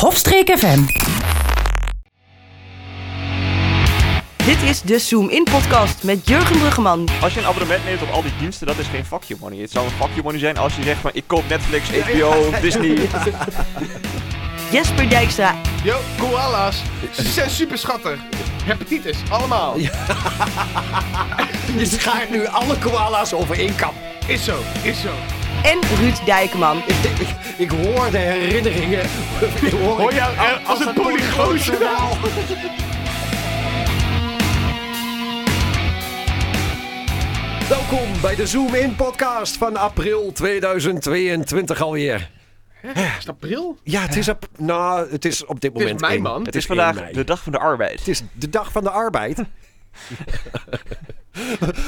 Hofstreek FM. Dit is de Zoom In Podcast met Jurgen Bruggeman. Als je een abonnement neemt op al die diensten, dat is geen fuck you money. Het zou een fuck you money zijn als je zegt van ik koop Netflix, HBO, Disney. Jesper Dijkstra Yo, koalas. Ze zijn super schattig. Hepatitis, allemaal. Je schaart nu alle koala's over één kam. Is zo, is zo. en Ruud Dijkman. Ik hoor de herinneringen. Ik hoor, Hoor jou er als een polygoot? Welkom bij de Zoom In podcast van april 2022 alweer. Is dat bril? Ja, het is op, nou, het is op dit is moment. mei, één- man. Het is 1 vandaag mei. de dag van de arbeid. Het is de dag van de arbeid.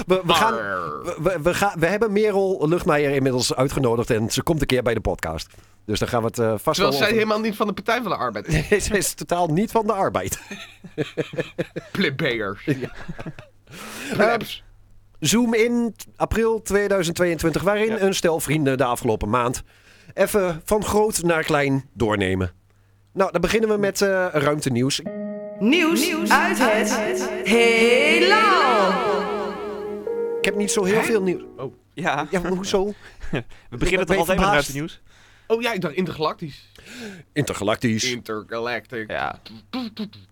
We, we, gaan, we, we, we gaan, we hebben Merel Luchtmeijer inmiddels uitgenodigd en ze komt een keer bij de podcast. Dus dan gaan we het eh, vast wel Terwijl zij over- helemaal niet van de Partij van de Arbeid is. Nee, Ze is totaal niet van de arbeid. Plebeiers. Ehm, Plebs. Zoom in t- april 2022, waarin een stel vrienden de afgelopen maand even van groot naar klein doornemen. Nou, dan beginnen we met eh ruimte nieuws. Nieuws, uit het, heelal. Ik heb niet zo heel veel nieuws. Ja, Ja, maar hoezo? we beginnen toch altijd ben met verbaasd. ruimte nieuws? Oh ja, ik dacht intergalactisch. Intergalactisch. Intergalactic. Ja.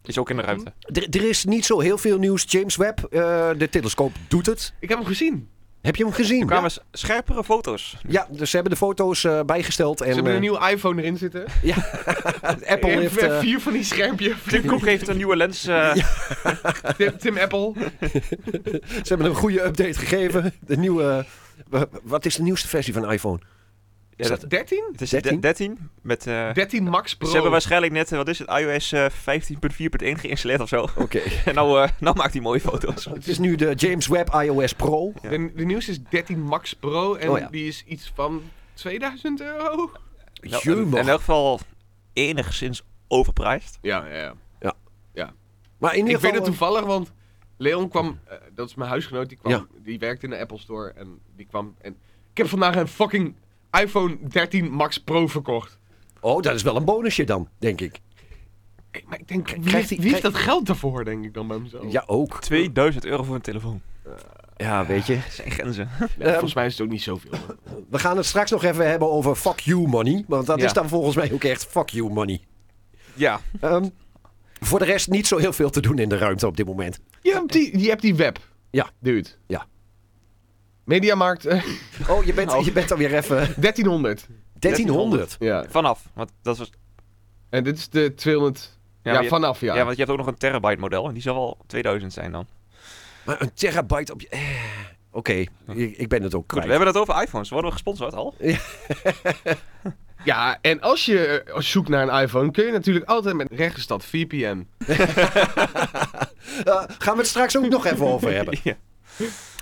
Is ook in de ruimte. Er er is niet zo heel veel nieuws. James Webb, eh, de telescoop doet het. Ik heb hem gezien. Heb je hem gezien? Er kwamen s- scherpere foto's. Ja, dus ze hebben de foto's eh, bijgesteld. En, Ze hebben een eh, nieuwe iPhone erin zitten. Apple Ik heeft... heb eh, vier van die schermpjes. Tim Cook heeft een nieuwe lens. eh, Tim, Tim Apple. Ze hebben een goede update gegeven. De nieuwe. eh, wat is de nieuwste versie van iPhone? ja, dat- 13? het is 13? 13. 13 met, eh, 13 Max Pro. ze hebben waarschijnlijk net, eh, wat is het, iOS eh, 15.4.1 geïnstalleerd of zo. Oké. En nou, eh, nou maakt hij mooie foto's. Het is nu de James Webb iOS Pro. de, de nieuws is 13 Max Pro en Oh ja. die is iets van 2000 euro. Nou, Jumbo. in elk geval enigszins overprijsd. Ja, ja, ja. Maar in Ik ieder weet geval. eh, het toevallig, want Leon kwam, eh, dat is mijn huisgenoot, die, kwam, Ja. die werkte in de Apple Store en die kwam. En ik heb vandaag een fucking iPhone 13 Max Pro verkocht. oh, dat is wel een bonusje dan, denk ik. Ik- Maar ik denk, wie, krijgt heeft- die- wie heeft dat geld daarvoor, denk ik dan bij mezelf? Ja, ook. 2000 euro voor een telefoon. Ja, weet je. Dat zijn grenzen. Nee, ehm, volgens mij is het ook niet zoveel. hoor. We gaan het straks nog even hebben over fuck you money. Want dat Ja. is dan volgens mij ook echt fuck you money. Ja, Ehm, voor de rest niet zo heel veel te doen in de ruimte op dit moment. je, hebt die, je hebt die web. Ja. Dude. Ja. Mediamarkt eh, Oh, je bent, je bent alweer even 1300. 1300. Ja. vanaf. Want dat was En dit is de 200. Ja, Ja, maar je- vanaf ja. Ja. want je hebt ook nog een terabyte model en die zal wel 2000 zijn dan. Goed, Maar een terabyte op je. eh, Oké, ik, ik ben het ook we kwijt. hebben het over iPhones. Worden we gesponsord al? Ja, en als je eh, zoekt naar een iPhone, kun je natuurlijk altijd met rechtgestad VPN. Eh, gaan we het straks ook nog even over hebben. Ja.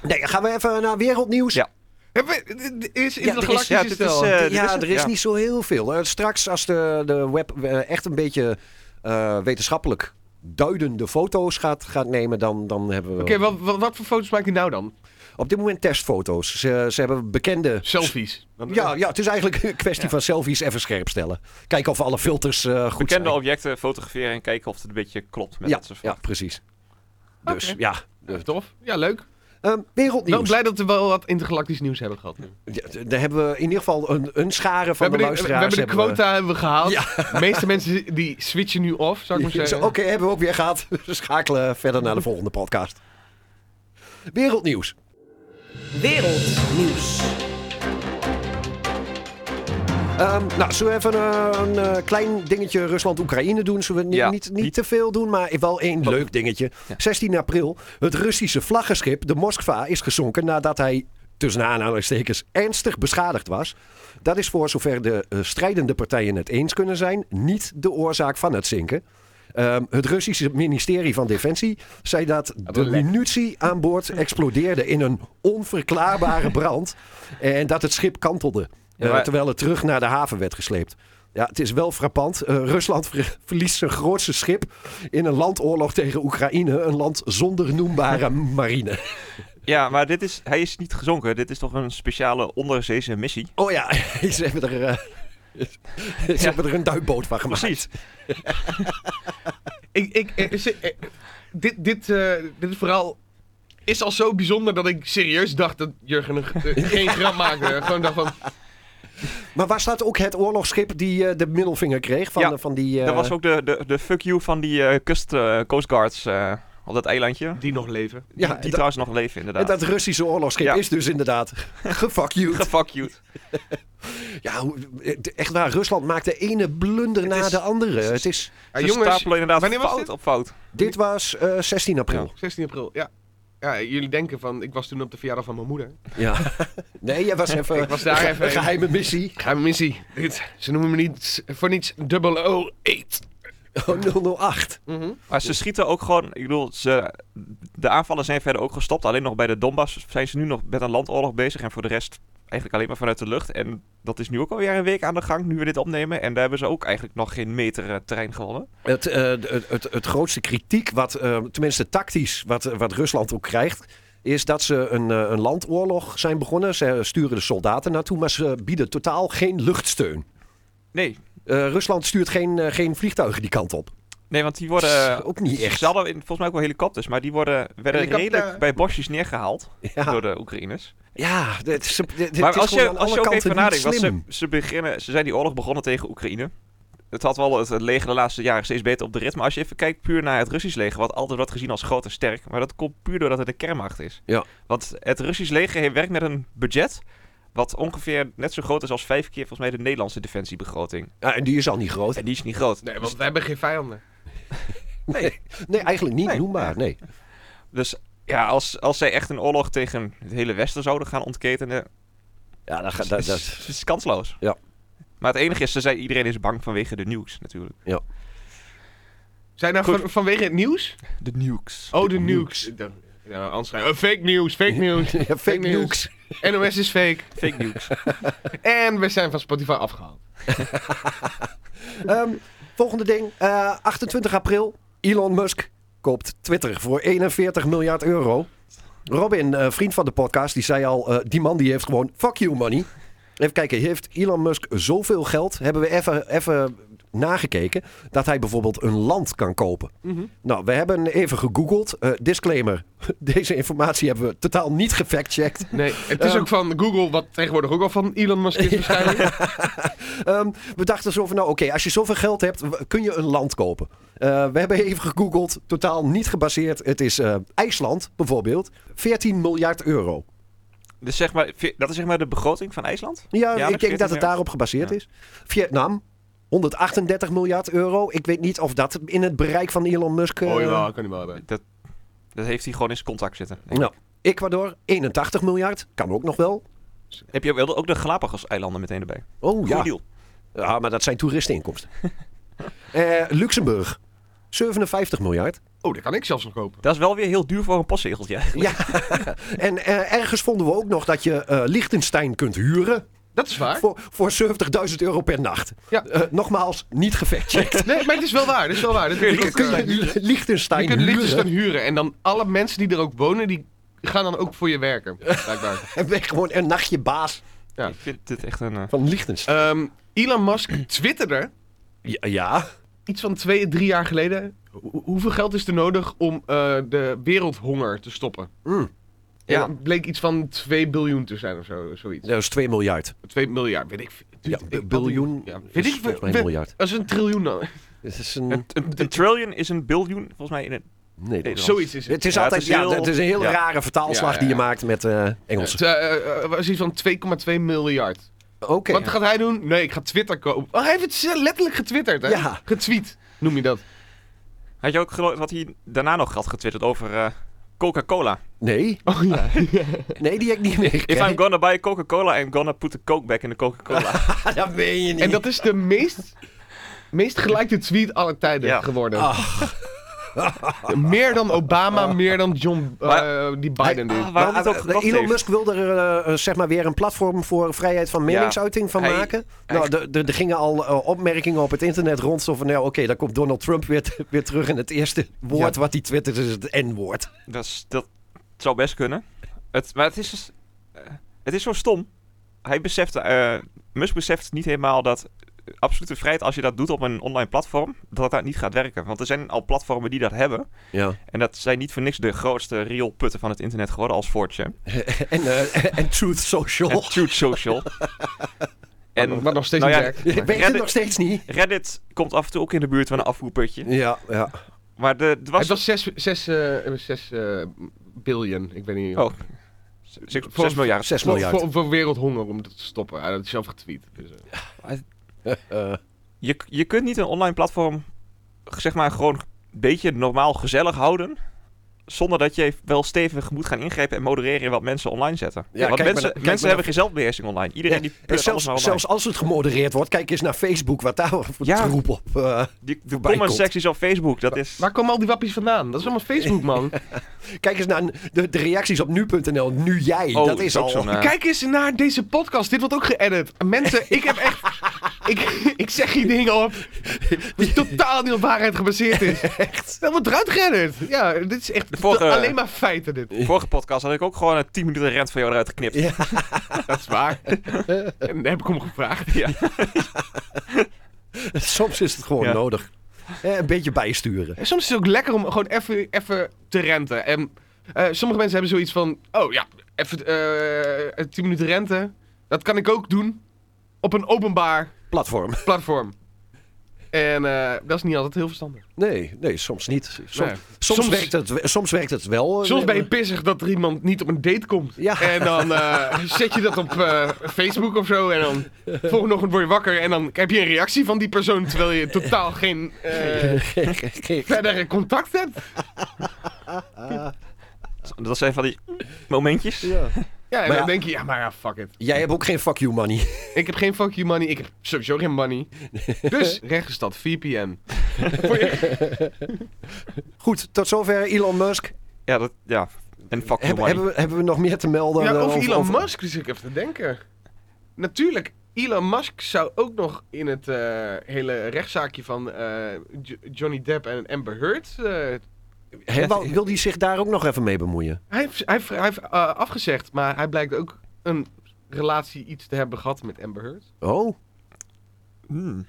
Nee, gaan we even naar wereldnieuws. Ja. Hebben we- eh, d- d- Is Ja, er is- intergalactisch ja, ja, dit stel. is, eh, ja, het, er is ja. niet zo heel veel. Eh, straks, als de, de web eh, echt een beetje eh, wetenschappelijk duidende foto's gaat, gaat nemen, dan, dan hebben we Oké, wa- wa- wat, voor foto's maak je nou dan? op dit moment testfoto's. Ze, ze hebben bekende... Selfies. Ja, ja, het is eigenlijk een kwestie van selfies even scherp stellen. Kijken of alle filters eh, goed Bekende zijn. objecten fotograferen en kijken of het een beetje klopt met ja, dat soort ja, van. precies. Dus Oké. ja, Ja, Eh, tof. Ja, leuk. Ehm, Wel wereldnieuws. blij dat we wel wat intergalactisch nieuws hebben gehad. We Ja, d- daar hebben we in ieder geval een, een schare van de, hebben de, we luisteraars. hebben de hebben we- quota hebben we gehaald. De meeste mensen die switchen nu off, zou ik maar Zo, zeggen. Oké, hebben we ook weer gehad. We schakelen verder naar de volgende podcast. Wereldnieuws. Wereldnieuws. Ehm, nou, zullen we even eh, een eh, klein dingetje Rusland-Oekraïne doen? Zullen we ni- Ja, niet, Oh. niet, niet- te veel doen, maar wel één leuk dingetje. 16 april, het Russische vlaggenschip, de Moskva, is gezonken nadat hij tussen aanhalingstekens ernstig beschadigd was. Dat is voor zover de eh, strijdende partijen het eens kunnen zijn, niet de oorzaak van het zinken. Ehm, het Russische ministerie van Defensie zei dat de lek. munitie aan boord explodeerde in een onverklaarbare brand en dat het schip kantelde. Ja, Eh, maar- terwijl het terug naar de haven werd gesleept. Ja, het is wel frappant. Eh, Rusland ver- verliest zijn grootste schip in een landoorlog tegen Oekraïne. Een land zonder noembare marine. Ja, maar dit is, hij is niet gezonken. Dit is toch een speciale onderzeese missie. Oh ja, ze hebben er... eh, Ze hebben er een duikboot van gemaakt. Precies. Ik, ik, eh, ze- eh, dit, dit, eh, dit verhaal is al zo bijzonder dat ik serieus dacht dat Jurgen een, eh, geen grap maakte. Gewoon dacht van, Maar waar staat ook het oorlogsschip die eh, de middelvinger kreeg van, Ja, eh, van die... eh, Dat was ook de, de, de fuck you van die eh kust, eh, Coast Guards eh, op dat eilandje. die nog leven. Ja, die dat- trouwens nog leven, En inderdaad. dat Russische oorlogsschip Ja. is dus inderdaad gefuck you. Ge- Fuck you. Ah, Ja, hoe- eh, echt waar, Rusland maakt de ene blunder na is- de andere. Het is, Ja, Ze jongens, stapelen inderdaad wanneer was fout dit? op fout. dit was eh, 16 april. 16 april, ja. Ja, jullie denken van, ik was toen op de verjaardag van mijn moeder. Ja. Nee, jij was even, Ik was daar een even heen. geheime missie. Ga missie. Dit, ze noemen me niet voor niets 008. Oh, 008. Mhm. Maar ze schieten ook gewoon, ik bedoel, ze, de aanvallen zijn verder ook gestopt. Alleen nog bij de Donbass zijn ze nu nog met een landoorlog bezig. En voor de rest eigenlijk alleen maar vanuit de lucht. En dat is nu ook alweer een week aan de gang, nu we dit opnemen. En daar hebben ze ook eigenlijk nog geen meter eh, terrein gewonnen. Het, eh, het, het, het grootste kritiek, wat, eh, tenminste tactisch, wat, eh, wat Rusland ook krijgt, is dat ze een, eh, een landoorlog zijn begonnen. Ze sturen de soldaten naartoe, maar ze bieden totaal geen luchtsteun. Nee, Eh, Rusland stuurt geen, eh, geen vliegtuigen die kant op. nee want die worden... eh, ook niet echt. Ze hadden in- volgens mij ook wel helikopters, maar die worden, werden Helikopter. redelijk bij bosjes neergehaald Ja, door de Oekraïners. ja dit, is- dit- dit maar is als je, gewoon aan als je alle ook kanten even nadenkt, niet want slim. ze, ze, beginnen, ze zijn die oorlog begonnen tegen Oekraïne. Het had wel het het leger de laatste jaren steeds beter op de rit. Maar als je even kijkt puur naar het Russisch leger, wat altijd wordt gezien als groot en sterk. Maar dat komt puur doordat het een kernmacht is. Ja. Want het Russisch leger heeft- werkt met een budget wat ongeveer net zo groot is als vijf keer volgens mij de Nederlandse defensiebegroting. Ja, en die is al niet groot. En die is niet groot. Dus- Nee, want we hebben geen vijanden. Nee, nee eigenlijk niet. Nee. Noem maar. Nee. Dus ja, als, als zij echt een oorlog tegen het hele Westen zouden gaan ontketenen, Ja, dat, gaat- Het dat, is, dat, het is kansloos. Ja. Maar het enige is, ze zei, iedereen is bang vanwege de nukes natuurlijk. Zijn nou Goed. van- vanwege het nieuws? De nukes. Oh, de nukes. Dan- Ja, anders schrijven. eh, fake news, fake news. Ja, fake news. nukes. NOS is fake. Fake nukes. En we zijn van Spotify afgehaald. Ehm, volgende ding. Eh, 28 april. Elon Musk koopt Twitter voor 41 miljard euro. Robin, eh, vriend van de podcast, die zei al... eh, die man die heeft gewoon fuck you money. Even kijken, heeft Elon Musk zoveel geld? Hebben we even, even nagekeken dat hij bijvoorbeeld een land kan kopen. Nou, we hebben even gegoogeld. Eh, disclaimer, deze informatie hebben we totaal niet gefactcheckt. Nee, het is Ehm. ook van Google, wat tegenwoordig ook al van Elon Musk is waarschijnlijk. Ehm, we dachten zo van, nou oké, als je zoveel geld hebt, w- kun je een land kopen. Eh, we hebben even gegoogeld, totaal niet gebaseerd. Het is eh, IJsland bijvoorbeeld, 14 miljard euro. Dus zeg maar, ve- dat is zeg maar de begroting van IJsland? Ja, maar ik 14 denk dat het miljard. daarop gebaseerd Ja. is. Vietnam, 138 miljard euro. Ik weet niet of dat in het bereik van Elon Musk... eh, Oh ja, kan hij wel hebben. Dat heeft hij gewoon in zijn contact zitten. denk ik. nou, Ecuador, 81 miljard. Kan ook nog wel. Heb je ook, ook de Galapagos-eilanden meteen erbij? Oh Goed ja. deal. ja, maar dat zijn toeristeninkomsten. Eh, Luxemburg, 57 miljard. Oh, dat kan ik zelfs nog kopen. Dat is wel weer heel duur voor een postzegeltje. Ja, en eh, ergens vonden we ook nog dat je eh Liechtenstein kunt huren Dat is waar. voor, voor 70.000 euro per nacht. Ja. Eh, nogmaals, niet gefactcheckt. Nee, maar het is wel waar. Het is wel waar. Dat weet ik ook. Kun je Je Lie- Liechtenstein kunt liedjes dan huren huren. En dan alle mensen die er ook wonen, die gaan dan ook voor je werken. Blijkbaar. en ben je gewoon een nachtje baas Ja. Ik vind dit echt een... eh, van Liechtenstein? Ehm, Elon Musk twitterde Ja, Eh, ja. iets van twee, drie jaar geleden. ho- hoeveel geld is er nodig om eh, de wereldhonger te stoppen? Mm. Ja. Ja. En dat bleek iets van 2 biljoen te zijn of zo, zoiets. Dat is 2 miljard. 2 miljard, weet ik. veel. Ja, Dude, b- ik- biljoen Ja, is weet ik volgens veel. mij een we- miljard. Dat is een triljoen dan. Het is een... een, een, een trillion is een biljoen, volgens mij. In een, Nee, Nederlands. Zoiets is het. het is Ja, altijd het is heel- ja, het is een heel ja. rare vertaalslag Ja, ja, die je ja. maakt met eh Engels. Het eh, eh, was iets van 2,2 miljard. Oké. Wat gaat hij doen? Nee, ik ga Twitter kopen. Oh, hij heeft het z- letterlijk getwitterd, hè? Ja. Getweet, noem je dat. had je ook geloofd wat hij daarna nog had getwitterd over eh, Coca-Cola? Nee. Oh ja. nee, die heb ik niet If meegekregen. I'm gonna buy Coca-Cola, I'm gonna put the coke back in the Coca-Cola. Dat weet je niet. En dat is de meest, meest gelikte tweet aller tijden Ja. geworden. Meer dan Obama, meer dan John, eh, Maar- die Biden Hij- doet. Ah, waarom Maar, het ook eh, gewacht Elon heeft. Musk wil er eh, eh, zeg maar weer een platform voor vrijheid van meningsuiting van hij- maken. hij- nou, er- er er gingen al eh, opmerkingen op het internet rond. Zo van, nou oké, dan komt Donald Trump weer, t- weer terug. En het eerste woord wat hij twittert is het N-woord. Dat, is- dat zou best kunnen. Het, maar het is, dus, eh, het is zo stom. hij beseft, eh, Musk beseft niet helemaal dat absolute vrijheid, als je dat doet op een online platform, dat dat niet gaat werken. Want er zijn al platformen die dat hebben. Ja. En dat zijn niet voor niks de grootste rioolputten van het internet geworden als 4chan. En, eh, en Truth Social. En Truth Social. en Oh. maar nog steeds nou niet ja, werkt. Ik weet het Reddit- nog steeds niet. Reddit komt af en toe ook in de buurt van een afvoerputje. Ja, ja. Maar de, het was... Het was 6, 6, eh 6 eh, billion, ik weet niet. Oh. 6, Voor- miljard. 6 voor, miljard. voor, voor wereldhonger om dat te stoppen. Hij had het zelf getweet. Dus, eh. Eh, Je, je kunt niet een online platform, zeg maar, gewoon een beetje normaal gezellig houden. Zonder dat je wel stevig moet gaan ingrijpen en modereren in wat mensen online zetten. Ja, Want kijk maar mensen, naar- kijk mensen maar hebben geen zelfbeheersing online. Iedereen die en pleurt alles maar zelfs, online. zelfs als het gemodereerd wordt, kijk eens naar Facebook, wat daar voor Ja. troep op. eh, die, de voorbij comment komt. secties op Facebook, dat is... Waar komen al die wappies vandaan? Dat is allemaal Facebook, man. kijk eens naar de, de reacties op nu.nl. Nu jij, Oh, dat is ook al. zo'n, eh, Kijk eens naar deze podcast. Dit wordt ook geëdit. Mensen, ik heb echt... ik, ik zeg hier dingen op die totaal niet op waarheid gebaseerd is. Echt? Dat wordt eruit geëdit. Ja, dit is echt De vorige- alleen maar feiten dit. De vorige podcast had ik ook gewoon een 10 minuten rent van jou eruit geknipt. Ja. Dat is waar. en heb ik hem gevraagd. Soms is het gewoon Ja. nodig. Eh, een beetje bijsturen. En soms is het ook lekker om gewoon even, even te renten. En eh, sommige mensen hebben zoiets van... Oh ja, even eh 10 minuten renten. Dat kan ik ook doen op een openbaar Platform. platform. En eh, dat is niet altijd heel verstandig. Nee, nee, soms niet. Soms, Nee. soms, Soms- werkt, het, soms werkt het wel. eh, Soms ben je pissig dat er iemand niet op een date komt. Ja. En dan eh, zet je dat op eh, Facebook of zo. En dan volgende ochtend word je wakker. En dan heb je een reactie van die persoon. Terwijl je totaal geen eh verdere contact hebt. Dat zijn van die momentjes. Ja. Ja, en Maar dan ja. denk je, ja maar ja, fuck it. Jij hebt ook geen fuck you money. Ik heb geen fuck you money. Ik heb sowieso geen money. Dus rechtgestad, VPN. Goed, tot zover Elon Musk. Ja, dat, ja. En fuck you Hebben- money. hebben, we, hebben we nog meer te melden? Ja, eh, of over- Elon over- Musk, dus ik even te denken. Natuurlijk, Elon Musk zou ook nog in het eh, hele rechtszaakje van eh, Jo- Johnny Depp en Amber Heard eh, Hè, wou- wil hij zich daar ook nog even mee bemoeien? Hij heeft, hij heeft, hij heeft eh, afgezegd, maar hij blijkt ook een relatie iets te hebben gehad met Amber Heard. Oh, Hmm.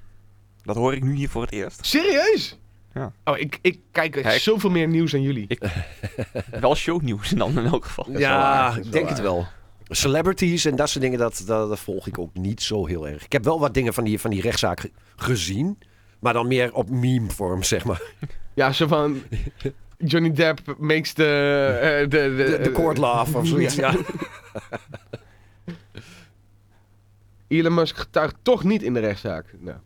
Dat hoor ik nu hier voor het eerst. Serieus? Ja. Oh, ik, ik kijk echt Hij- zoveel meer nieuws dan jullie. Ik- Wel shownieuws dan in elk geval. ja, dat is ik denk wel het wel. Celebrities en dat soort dingen, dat, dat, dat volg ik ook niet zo heel erg. Ik heb wel wat dingen van die, van die rechtszaak ge- gezien, maar dan meer op meme-vorm, zeg maar. Ja, zo van... Johnny Depp makes the... eh, de, de, De, de court laugh of zoiets. Ja. Elon Musk getuigt toch niet in de rechtszaak. Nou.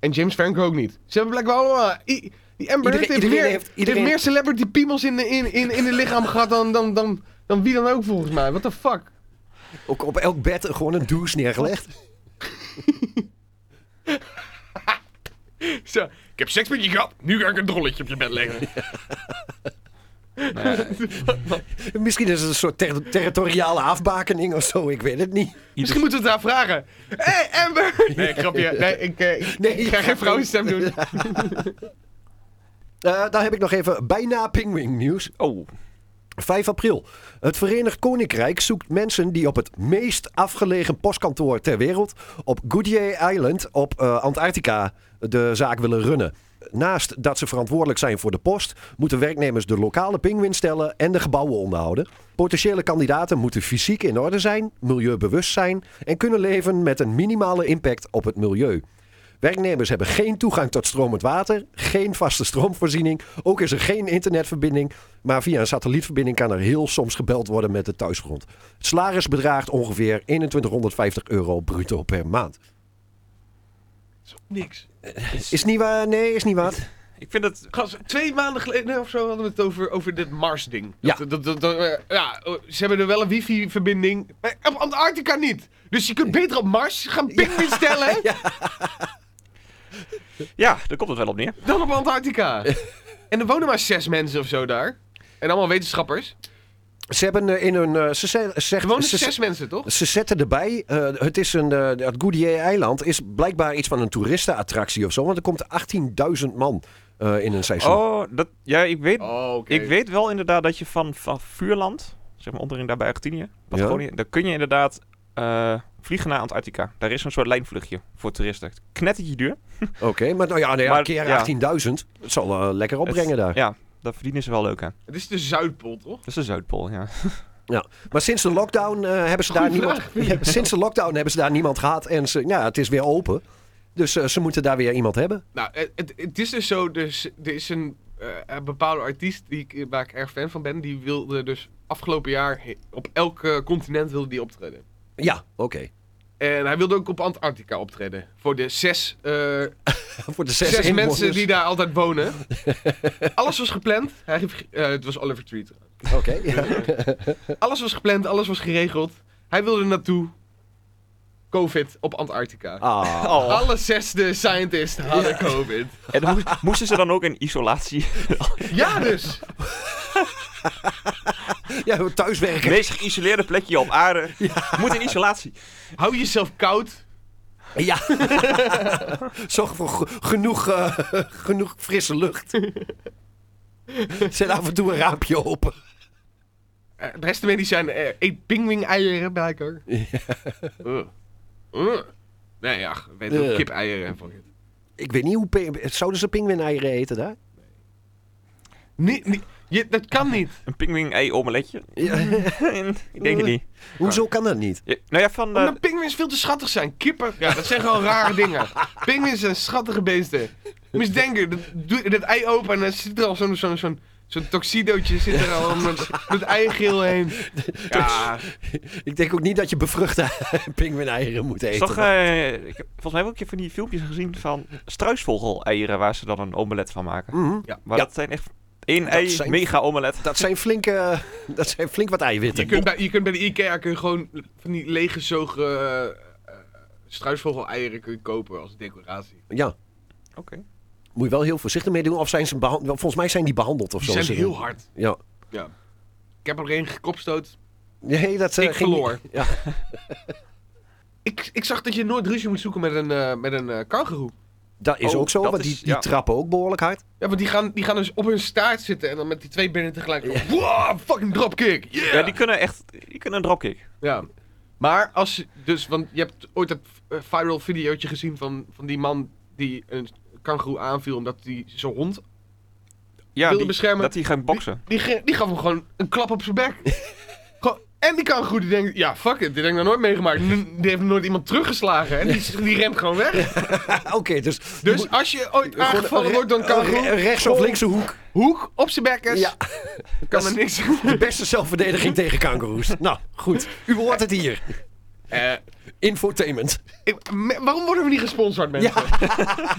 En James Franco ook niet. Ze hebben blijkbaar allemaal... i- die Amber Heard Iedereen- heeft, iedereen meer, heeft- heeft, iedereen- meer celebrity piemels in, de, in, in, in de lichaam gehad dan, dan, dan, dan wie dan ook volgens mij. What the fuck? Ook op elk bed gewoon een douche neergelegd. Zo, ik heb seks met je gehad, nu ga ik een drolletje op je bed leggen. Misschien is het een soort ter- territoriale afbakening of zo, ik weet het niet. Dus- Misschien moeten we het haar vragen. Hé, hey, Amber! Nee, grapje. Nee, ik, eh, ik- Nee, ik ga geen vrouwenstem doen. Eh, dan heb ik nog even bijna pingwing nieuws. Oh, 5 april. Het Verenigd Koninkrijk zoekt mensen die op het meest afgelegen postkantoor ter wereld op Goodyear Island op eh, Antarctica de zaak willen runnen. Naast dat ze verantwoordelijk zijn voor de post, moeten werknemers de lokale pinguïnstellen en de gebouwen onderhouden. Potentiële kandidaten moeten fysiek in orde zijn, milieubewust zijn en kunnen leven met een minimale impact op het milieu. Werknemers hebben geen toegang tot stromend water, geen vaste stroomvoorziening, ook is er geen internetverbinding, maar via een satellietverbinding kan er heel soms gebeld worden met de thuisgrond. Het salaris bedraagt ongeveer 2150 euro bruto per maand. Niks. Is niet waar? Nee, is niet wat. ik vind het... Gast, twee maanden geleden of zo hadden we het over, over dit Mars-ding. Ja. Dat, dat, dat- dat, eh, ja, eh, ze hebben er wel een wifi-verbinding, maar op Antarctica niet. Dus je kunt beter op Mars gaan pinguïn stellen Ja, daar komt het wel op neer. dan op Antarctica. En er wonen maar zes mensen of zo daar. En allemaal wetenschappers. Ze hebben eh, in hun... eh, Ze, ze, Er zegt, wonen ze, zes mensen, toch? ze zetten erbij, eh, het is een, eh, het Goodyear-eiland is blijkbaar iets van een toeristenattractie of zo, want er komt 18.000 man eh, in een seizoen. Oh, dat, ja, ik weet, Oh, oké. ik weet wel inderdaad dat je van, van Vuurland, zeg maar onderin daar bij Argentinië, Patagonië, daar kun je inderdaad eh, eh, vliegen naar Antarctica. Daar is een soort lijnvluchtje voor toeristen. Knettertje duur. Oké, maar nou ja, nou ja Maar, keer ja. 18.000. Het zal eh, lekker opbrengen daar. Ja, daar verdienen ze wel leuk aan. Het is de Zuidpool, toch? Dat is de Zuidpool, ja. Maar sinds de lockdown eh, hebben ze daar Goeie niemand. Ja, sinds de lockdown hebben ze daar niemand gehad en ze, ja, het is weer open. Dus eh, ze moeten daar weer iemand hebben. Nou, het, het- het is dus zo, dus, er is een, eh, een bepaalde artiest die ik, waar ik erg fan van ben, die wilde dus afgelopen jaar he- op elk eh, continent wilde die optreden. Ja, oké. En hij wilde ook op Antarctica optreden. Voor de zes, eh, Voor de zes, zes, mensen inwoners. die daar altijd wonen. alles was gepland. Hij heeft, ge- eh, het was Oliver Tree trouwens. Oké, ja. Alles was gepland, alles was geregeld. Hij wilde naartoe. Covid op Antarctica. Ah. Oh. Alle zes de scientists hadden COVID. En dan moest- moesten ze dan ook in isolatie? Ja, dus. Ja, thuiswerken. meest geïsoleerde plekje op aarde. Moet in isolatie. Hou jezelf koud. Ja. Zorg voor ge- genoeg, eh, genoeg frisse lucht. Zet af en toe een raampje open. Eh, de rest van die zijn eh, eet pingwing-eieren blijkbaar. Ja. Eh. Nee, ja, weet Eh. ook kip-eieren en fuck it. Ik weet niet hoe... pe- Zouden ze pinguïneieren eten daar? Nee, nee, je, dat kan niet. Een pingwing ei omeletje. Ik denk het niet. Hoezo kan dat niet? Ja, Nou ja, van... eh, Omdat pinguïns veel te schattig zijn. Kippen, ja, dat zijn gewoon rare dingen. Pinguïns zijn schattige beesten. Moet je eens denken, dat, doe- dat ei open en dan zit er al zo'n zo'n zo'n zo'n tuxedootje zit er al met, met eigeel heen. Ja, Ik denk ook niet dat je bevruchte pinguïneieren moet is eten. toch, eh, ik heb volgens mij wel een keer van die filmpjes gezien van struisvogel-eieren waar ze dan een omelet van maken. Mhm. Maar Ja. dat zijn echt één ei, zijn- mega omelet. Dat zijn, flink, eh, dat zijn flink wat eiwitten. je kunt, bij, je kunt bij de Ikea kun je gewoon van die leeggezogen eh, eh, struisvogel-eieren kun je kopen als decoratie. Ja, Oké. moet je wel heel voorzichtig mee doen. Of zijn ze behandeld? Volgens mij zijn die behandeld of Die zo. zijn Ze- heel hard. Ja. Ik heb er een gekopstoot. Nee, dat eh, Ik verloor. Ja. Ik, ik zag dat je nooit ruzie moet zoeken met een, eh met een eh, kangoeroe. Dat is Oh, ook zo, dat want die, is- die ja. trappen ook behoorlijk hard. Ja, want die gaan, die gaan dus op hun staart zitten en dan met die twee benen tegelijk. Wow, fucking dropkick. Yeah! Ja, die kunnen echt... Die kunnen een dropkick. Ja. Maar als je- dus, want je hebt ooit dat eh, viral videootje gezien van, van die man die een kangoeroe aanviel omdat hij zijn hond. Ja, Wilde die- beschermen. dat die gaan boksen. Die, ge- die gaf hem gewoon een klap op zijn bek. Gewoon- en die kangoeroe die denkt, ja fuck it, dit heb ik nog nooit meegemaakt. Nu- die heeft nooit iemand teruggeslagen en die, die rent gewoon weg. Oké, dus... Ah, Dus als je ooit aangevallen wordt door een kangoeroe, Re- rechts of gewoon linkse hoek. hoek op zijn bekkers, Ja. kan er niks aan. De beste zelfverdediging tegen kangoeroes. Nou, goed. U hoort het hier. Eh, Infotainment. Ik- me- waarom worden we niet gesponsord, mensen?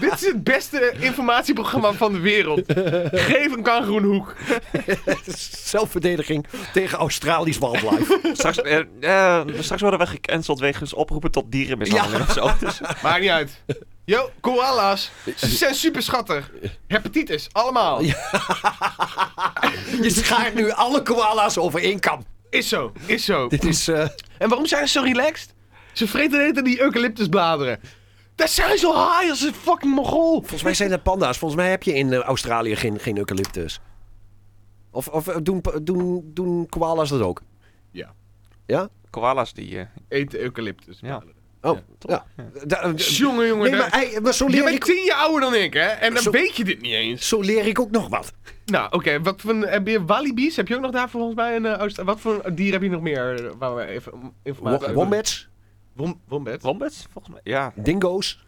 Dit is het beste informatieprogramma van de wereld. Geef een kangoeroe een hoek. Zelfverdediging tegen Australisch wildlife. Straks, eh, eh, straks worden we gecanceld wegens oproepen tot dierenmishandeling of zo. Dus, Maakt niet uit. Yo, koala's. Ze zijn super schattig. Hepatitis, allemaal. Je schaart nu alle koala's over één kam. Is zo, is zo. Dit is... eh, En waarom zijn ze zo relaxed? Ze vreten de hele tijd die eucalyptusbladeren. Daar zijn zo high als een fucking mogol. volgens mij zijn dat panda's. Volgens mij heb je in eh, Australië geen, geen eucalyptus. Of, of eh, doen, pa- doen, doen koala's dat ook? Ja. Ja? koala's die... eh, Eet eucalyptus. ja. Oh, ja. Da- eh, Jongen, jongen. nee, maar, daar- hey, maar zo, Je leer bent ik, tien jaar ouder dan ik, hè? En dan Zo- weet je dit niet eens. zo leer ik ook nog wat. Nou, oké. Wat voor een- heb je walibi's? Heb je ook nog daar volgens mij een Australië? Wat voor dier heb je nog meer eh, waar we even om- informatie Wo- over- Wombats, Wom- wombat. Wombats, volgens mij. Ja, dingo's.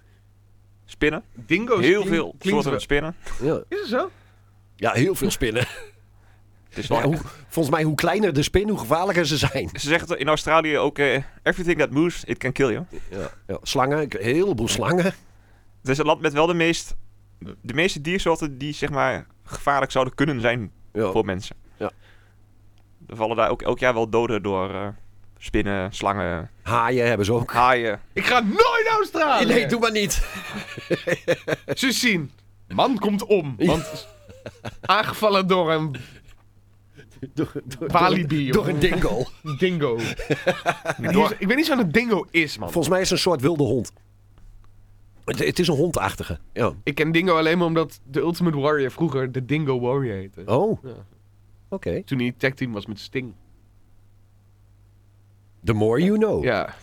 spinnen. Dingo's. Heel klink- veel Oh, klinkt soorten wel- spinnen. Ja, Is het zo? ja heel veel spinnen. Het is wel Ja, hoe, volgens mij, hoe kleiner de spin, hoe gevaarlijker ze zijn. Ze zeggen het in Australië ook: eh, everything that moves, it can kill you. Ja. Ja, slangen, ik- een heleboel slangen. Dus Het is een land met wel de, meest, de meeste diersoorten die zeg maar gevaarlijk zouden kunnen zijn Ja. voor mensen. Ja. Er vallen daar ook elk jaar wel doden door eh, spinnen, slangen, Haaien hebben ze ook. haaien. Ik ga nooit naar Australië! Nee, doe maar niet. Ze zien. Man komt om. Want aangevallen door een Door, door- walibi. door of een dingo. een dingo. En die is- ik weet niet zo wat een dingo is, man. Volgens mij is het een soort wilde hond. Het, het is een hondachtige. Ja. Ik ken dingo alleen maar omdat de Ultimate Warrior vroeger de Dingo Warrior heette. Oh, oké. Ja. Toen hij tag team was met Sting. The more you know. Ja.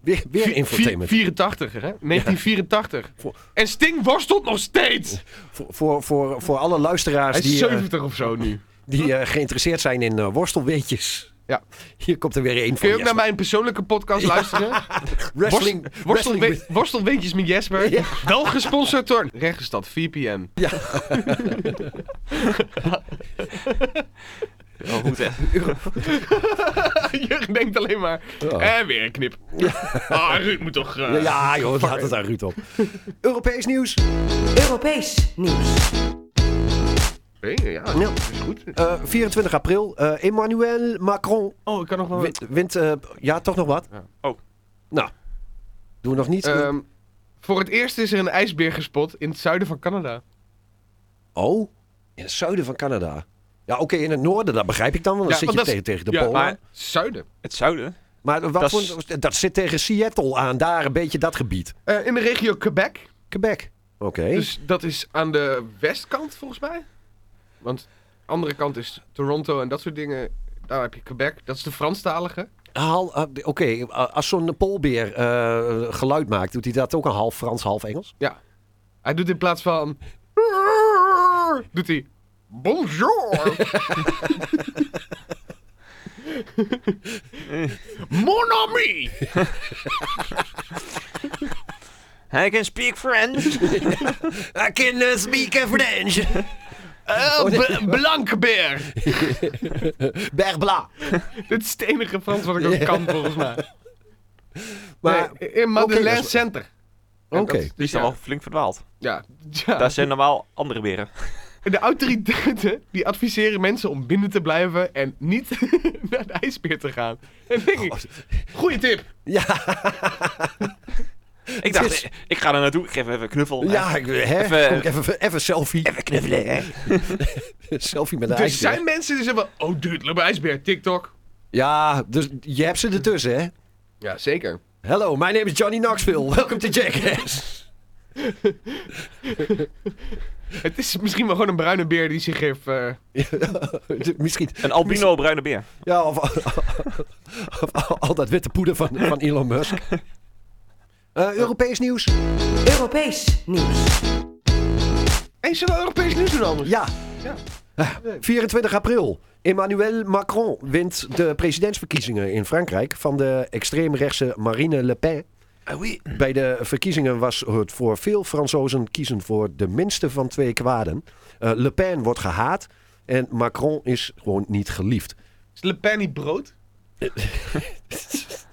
Weer, weer infotainment. 84, hè? 1984. Voor- En Sting worstelt nog steeds. Voor, voor, voor, voor alle luisteraars Hij is die, eh, 70 of zo nu. die eh, geïnteresseerd zijn in eh, worstelweetjes. Ja. Hier komt er weer één Kun van. je ook naar Jesper. mijn persoonlijke podcast luisteren? Wrestling, Worstel, wrestling worstel, worstelwindjes met Jesper. Wel gesponsord door Regenstad 4PM. Oh, goed, hè. Jurgen denkt alleen maar. Oh. En weer een knip. Ah, Ruud moet toch. eh, with- Ja, joh, laat het aan Ruud op. Europees nieuws. Europees nieuws. nee, ja, Ja. dat is goed. Eh, 24 april. eh, Emmanuel Macron Oh, ik kan nog wel. wint, wint, eh, ja, toch nog wat? Ja. Oh. Nou, doen we nog niets. Ehm, voor het eerst is er een ijsbeer gespot in het zuiden van Canada. oh, in het zuiden van Canada. Ja, oké, in het noorden, dat begrijp ik dan, want dan Ja, zit je want dat tegen, is- tegen de ja, polen. maar zuiden. Het zuiden. Maar wat Dat voor, is- dat zit tegen Seattle aan, daar een beetje dat gebied. Eh, in de regio Quebec. Quebec. Oké. Dus dat is aan de westkant volgens mij. Want de andere kant is Toronto en dat soort dingen. Daar heb je Quebec. Dat is de Franstalige. Haal- eh, Oké, eh, als zo'n polbeer eh, geluid maakt, doet hij dat ook een half Frans, half Engels? Ja. Hij doet in plaats van. Doet hij. Bonjour! Mon ami! I can speak French. I can speak French. Oh, Eh, b- blanke beer! Berbla. Dit is het enige Frans wat ik ook kan volgens mij. Maar Nee, in Madeleine oké, dat is- Center. oké, En dat is Die dus is dan ja, al flink verdwaald. ja, ja. Daar zijn normaal andere beren. En De autoriteiten die adviseren mensen om binnen te blijven en niet naar de ijsbeer te gaan. En denk ik, goeie tip. ja, Ik dacht, eh, ik ga er naartoe. Ik geef even een knuffel. ja, ik- hè? Even- Kom ik even, eh, even selfie. Even knuffelen, hè. selfie met een Er ijsbeer. zijn mensen die zeggen, oh dude, loop een ijsbeer, TikTok. Ja, dus je hebt ze ertussen, hè? Ja, zeker. Hello, my name is Johnny Knoxville. Welcome to Jackass. Het is misschien wel gewoon een bruine beer die zich heeft... eh, Misschien. Een albino bruine beer. Ja, of, of al dat witte poeder van, van Elon Musk. Eh, Europees nieuws. Europees nieuws. Hé, zullen we Europees nieuws doen anders? Ja. Ja. Ah, 24 april. Emmanuel Macron wint de presidentsverkiezingen in Frankrijk van de extreemrechtse Marine Le Pen. Bij de verkiezingen was het voor veel Fransozen kiezen voor de minste van twee kwaden. Eh, Le Pen wordt gehaat en Macron is gewoon niet geliefd. Is Le Pen niet brood?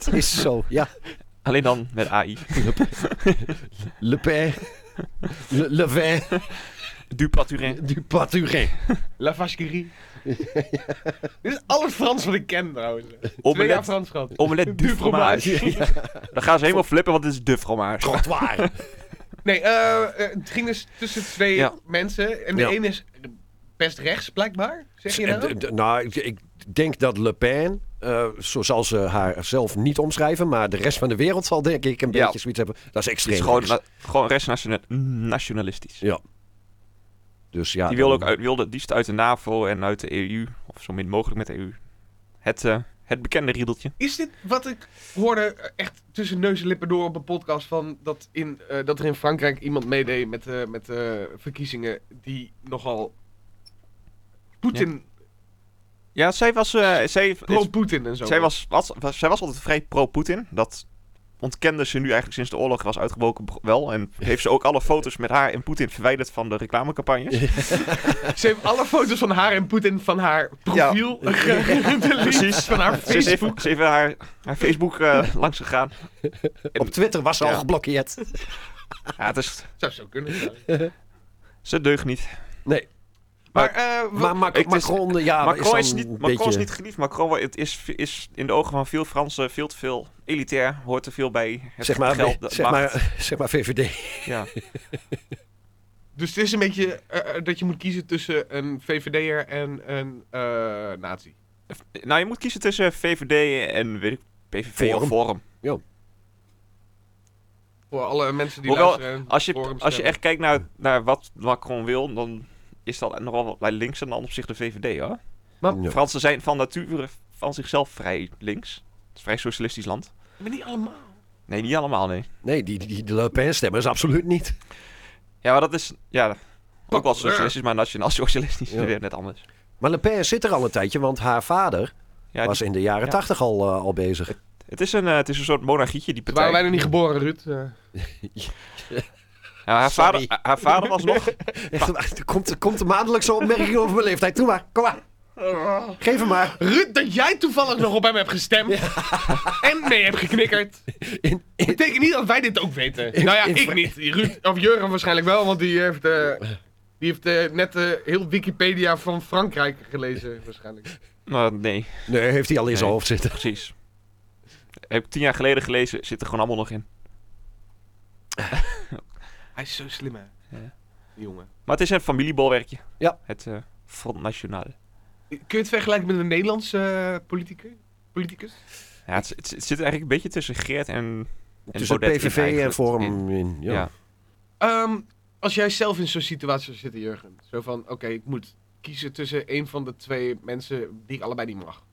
Het is zo, ja. Alleen dan met AI. Le Pen, Le, Le Pen, Du Paturin. du Paturin. La Vacherie. Dit is alles Frans wat ik ken trouwens. Twee jaar Omelet, Frans gehad. omelet du fromage. Dan gaan ze helemaal flippen, want het is de fromage. Trottoir. Nee, eh, eh, het ging dus tussen twee Ja. mensen. En de Ja. een is best rechts, blijkbaar. Zeg je En nou? d- d- Nou, ik, ik denk dat Le Pen, eh, zo zal ze haar zelf niet omschrijven, maar de rest van de wereld zal denk ik een Ja. beetje zoiets hebben. Dat is Het extreem. is gewoon, rechts. na- gewoon restnationalistisch. Ja. Dus ja. Die wil dan- ook uit, wilde het liefst uit de NAVO en uit de EU. Of zo min mogelijk met de EU. Het, eh, het bekende riedeltje. Is dit wat ik hoorde eh, echt tussen neus en lippen door op een podcast van dat, in, eh, dat er in Frankrijk iemand meedeed met, eh, met eh, verkiezingen die nogal Poetin, Ja, zij was, eh, zij, is- pro-Poetin en zo. zij, was, was, was- zij was altijd vrij pro-Poetin. Dat ontkende ze nu eigenlijk sinds de oorlog was uitgebroken beg- wel. En heeft ze ook alle foto's met haar en Poetin verwijderd van de reclamecampagnes. Ze heeft alle foto's van haar en Poetin van haar profiel Precies. van haar Ze is Facebook. even, ze is even haar, haar Facebook eh, langs gegaan. Op Twitter was ze al Ja. geblokkeerd. Ja, het is, Zou zo kunnen. ja. ze deugt niet. Nee. Maar, eh, wa- Maar Mac- het is- Macron, ja, Macron, Ah, dan is, niet, een Macron is beetje- niet geliefd. Macron wa- het is, is in de ogen van veel Fransen veel te veel elitair. Hoort te veel bij het Zeg maar, geld, de zeg, macht. maar, zeg maar VVD. Ja. Dus het is een beetje eh, eh, dat je moet kiezen tussen een VVD'er en een eh nazi. Nou, je moet kiezen tussen VVD en weet ik, PVV Forum. of Forum. Voor alle mensen die Hoewel, luisteren. en Als je, forum als je stemmen. echt kijkt naar, naar wat Macron wil, dan is dat nogal wat links en dan op zich de VVD, hoor. Maar- Ja. Fransen zijn van nature van zichzelf vrij links. Het is een vrij socialistisch land. Maar niet allemaal. Nee, niet allemaal, nee. Nee, die, die, die Le Pen stemmers absoluut niet. Ja, maar dat is ja, ook wel Populair. socialistisch, maar nationaal-socialistisch is Ja. weer net anders. Maar Le Pen zit er al een tijdje, want haar vader Ja, was die- in de jaren ja. tachtig al, eh, al bezig. het, is een, eh, het is een soort monarchietje, die Toen waren partij. wij nog niet geboren, Ruud. Eh, Ja, haar, Sorry. vader, haar vader was nog... Echt, er komt, er komt een maandelijkse opmerking over mijn leeftijd. Doe maar, kom maar. Geef hem maar. Ruud, dat jij toevallig nog op hem hebt gestemd. En mee hebt geknikkerd. In, in, Betekent niet dat wij dit ook weten. nou ja, in- ik niet. Ruud, of Jurgen waarschijnlijk wel, want die heeft, eh, die heeft eh, net eh, heel Wikipedia van Frankrijk gelezen waarschijnlijk. Nou, nee, nee, heeft hij al in zijn Nee. hoofd zitten. precies. Heb ik tien jaar geleden gelezen, zit er gewoon allemaal nog in. Hij is zo slim, hè? Ja. Die jongen. Maar het is een familiebolwerkje. Ja. Het eh, Front National. Kun je het vergelijken met een Nederlandse eh, politicus? politicus? Ja, het, het- het zit eigenlijk een beetje tussen Geert en... en Tussen Baudet in PVV en eigenlijk. Forum. eh, In, ja. Ja. Ehm, als jij zelf in zo'n situatie zou zitten, Jurgen. Zo van, oké, ik moet kiezen tussen een van de twee mensen die ik allebei niet mag.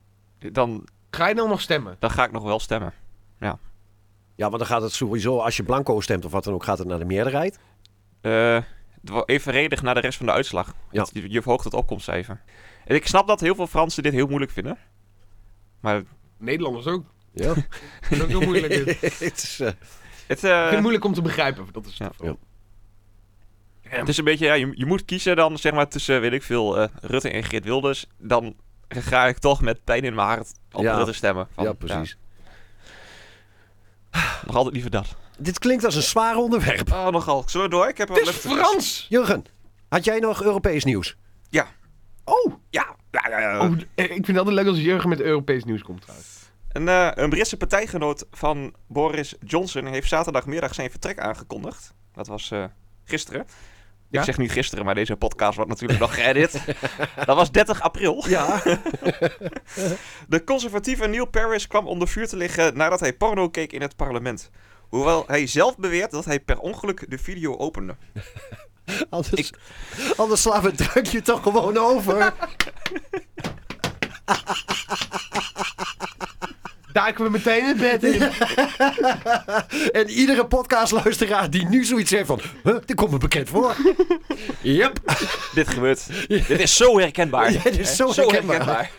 Dan, Ga je dan nog stemmen? dan ga ik nog wel stemmen. ja, want dan gaat het sowieso, als je blanco stemt of wat dan ook, gaat het naar de meerderheid. Eh, het wa- evenredig naar de rest van de uitslag. Ja. Het- Je, je verhoogt het opkomstcijfer. En ik snap dat heel veel Fransen dit heel moeilijk vinden. Maar Nederlanders ook. Ja. Dat is ook heel moeilijk. dit. het is, eh, het, Ik eh, vind het moeilijk om te begrijpen. Dat is Ja. het vooral. het is een beetje... Ja, je, je moet kiezen dan zeg maar tussen, weet ik veel, eh, Rutte en Geert Wilders. Dan ga ik toch met pijn in mijn hart op Ja. Rutte stemmen. Van, ja, precies. ja, nog altijd liever dat. Dit klinkt als een zwaar onderwerp. Oh, nogal. Zullen we door? Ik heb Het is Frans! Jurgen, had jij nog Europees nieuws? Ja. Oh, Ja. ja, ja, ja. Oh, eh, ik vind het altijd leuk als Jurgen met Europees nieuws komt trouwens. Een, eh, een Britse partijgenoot van Boris Johnson heeft zaterdagmiddag zijn vertrek aangekondigd. Dat was eh, gisteren. Ja? Ik zeg niet gisteren, maar deze podcast wordt natuurlijk nog geëdit. Dat was 30 april. ja. De conservatieve Neil Paris kwam onder vuur te liggen nadat hij porno keek in het parlement. Hoewel hij zelf beweert dat hij per ongeluk de video opende. Anders, anders slaan we het drankje toch gewoon over. Duiken we meteen het bed in. en iedere podcastluisteraar die nu zoiets heeft van... Huh, dit komt me bekend voor. yep. Dit gebeurt. Dit is zo herkenbaar. Ja, dit is zo herkenbaar.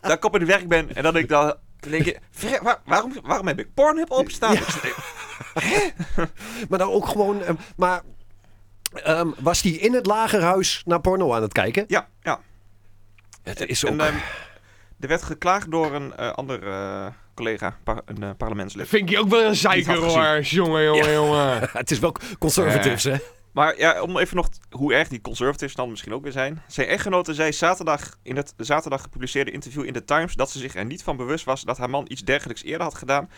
dat ik op het werk ben en dat ik dan denk, ik, "Fre- waar- waarom, waarom heb ik Pornhub opstaan? Maar dan ook gewoon... ehm, maar ehm, was die in het lagerhuis naar porno aan het kijken? Ja, ja. Het is ook... En, ehm, er werd geklaagd door een eh, ander eh, collega, par- een eh, parlementslid. Vind ik ook wel een zeiker Niet had gezien. hoor. Jongen, jongen, jongen. het is wel conservatiefs, hè? Maar ja, om even nog t- hoe erg die conservatives dan misschien ook weer zijn. Zijn echtgenote zei zaterdag in het zaterdag gepubliceerde interview in The Times dat ze zich er niet van bewust was dat haar man iets dergelijks eerder had gedaan.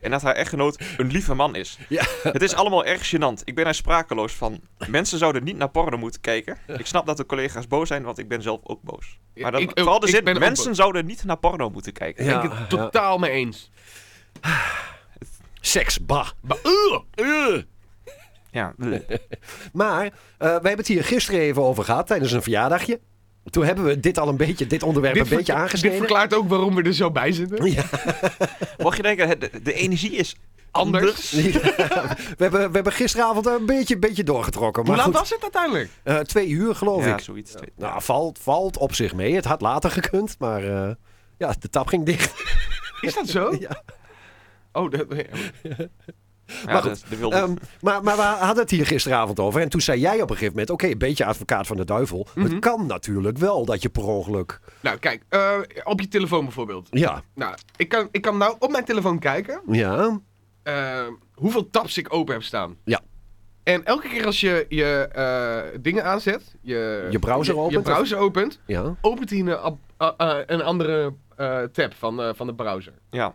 En dat haar echtgenoot een lieve man is. Ja. Het is allemaal erg gênant. Ik ben er sprakeloos van. Mensen zouden niet naar porno moeten kijken. Ik snap dat de collega's boos zijn, want ik ben zelf ook boos. Maar dan, Ik ook. vooral de Ik zin, ben ook mensen boos. zouden niet naar porno moeten kijken. Ja, ik ben het ja. totaal mee eens. Seks, bah. Maar, ugh, ugh. Ja, bleh. Maar eh we hebben het hier gisteren even over gehad tijdens een verjaardagje. Toen hebben we dit al een beetje, dit onderwerp een beetje verkla- dit aangesneden. verklaart ook waarom we er zo bij zitten. Ja. Mocht je denken, het- de, de energie is Anders. anders. we, hebben, we hebben gisteravond een beetje, beetje doorgetrokken. Hoe Maar laat goed, was het uiteindelijk? eh, twee uur geloof ja, ik. zoiets. Twee- Nou, valt, valt op zich mee. Het had later gekund, maar eh, ja, de tap ging dicht. Is dat zo? Ja. Oh, dat, nee, oh. Ja, maar dat goed, is de wilde. Ehm, maar, maar we hadden het hier gisteravond over. En toen zei jij op een gegeven moment, oké, een beetje advocaat van de duivel. Het kan natuurlijk wel dat je per ongeluk... Nou, kijk, eh, op je telefoon bijvoorbeeld. Ja, Nou, ik kan, ik kan nou op mijn telefoon kijken ja, eh, hoeveel tabs ik open heb staan. Ja. En elke keer als je je eh, dingen aanzet, je, Je browser je, opent, of- browser opent, ja. opent hij een, ab- a- a- een andere eh, tab van, eh, van de browser. ja.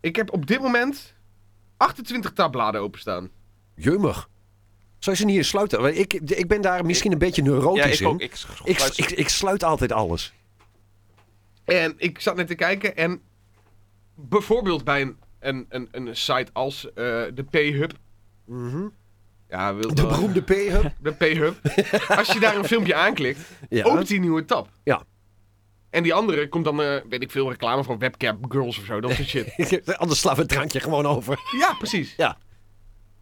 Ik heb op dit moment 28 tabbladen openstaan. Jummig. Zou je ze niet eens sluiten? Ik, ik ben daar misschien een beetje ja, neurotisch ik ook. in. Ik, Ik, ik- ik, ik sluit altijd alles. En ik zat net te kijken en bijvoorbeeld bij een, een, een, een site als eh, de P-Hub. Ja, wil Mhm. De wel- beroemde P-hub. De P-Hub. Als je daar een filmpje aanklikt, Ja. opent die nieuwe tab. Ja. En die andere komt dan, eh, weet ik veel, reclame voor webcam girls of zo. Dat soort shit. Anders slaan we het drankje gewoon over. ja, precies. Ja.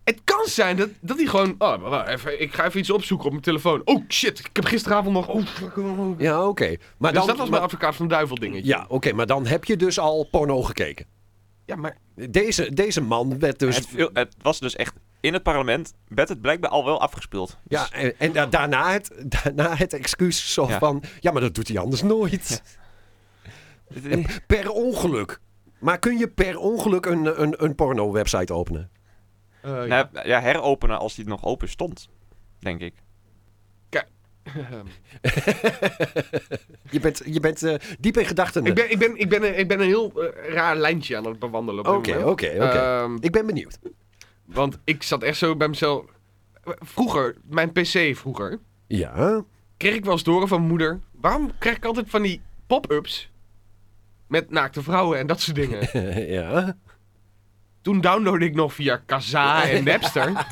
Het kan zijn dat, dat hij gewoon... Oh, maar wacht even, ik ga even iets opzoeken op mijn telefoon. Oh, shit. Ik heb gisteravond nog... Oh, fuck. oh, oh. Ja, oké. Maar Dus dat dan, was maar- mijn advocaat van de duivel dingetje. Ja, oké. maar dan heb je dus al porno gekeken. Ja, maar... Deze, deze man werd dus... Het, viel- het was dus echt in het parlement, werd het blijkbaar al wel afgespeeld. Ja, Dus- en, en da- daarna, het, daarna het excuus zo Ja. van... Ja, maar dat doet hij anders nooit. Dus En per ongeluk. Maar kun je per ongeluk een, een, een porno-website openen? eh, Nou, ja, heropenen als die nog open stond, denk ik. Je bent, je bent eh, diep in gedachten. ik, Oké, ben, ik, ben, ik, ben een, ik ben een heel eh, raar lijntje aan het bewandelen op dit oké, moment. oké. Ehm, Ik ben benieuwd. Want ik zat echt zo bij mezelf... eh, Vroeger, mijn pc vroeger, Ja, kreeg ik wel eens door van moeder... Waarom krijg ik altijd van die pop-ups met naakte vrouwen en dat soort dingen? ja. Toen downloadde ik nog via Kazaa en Napster.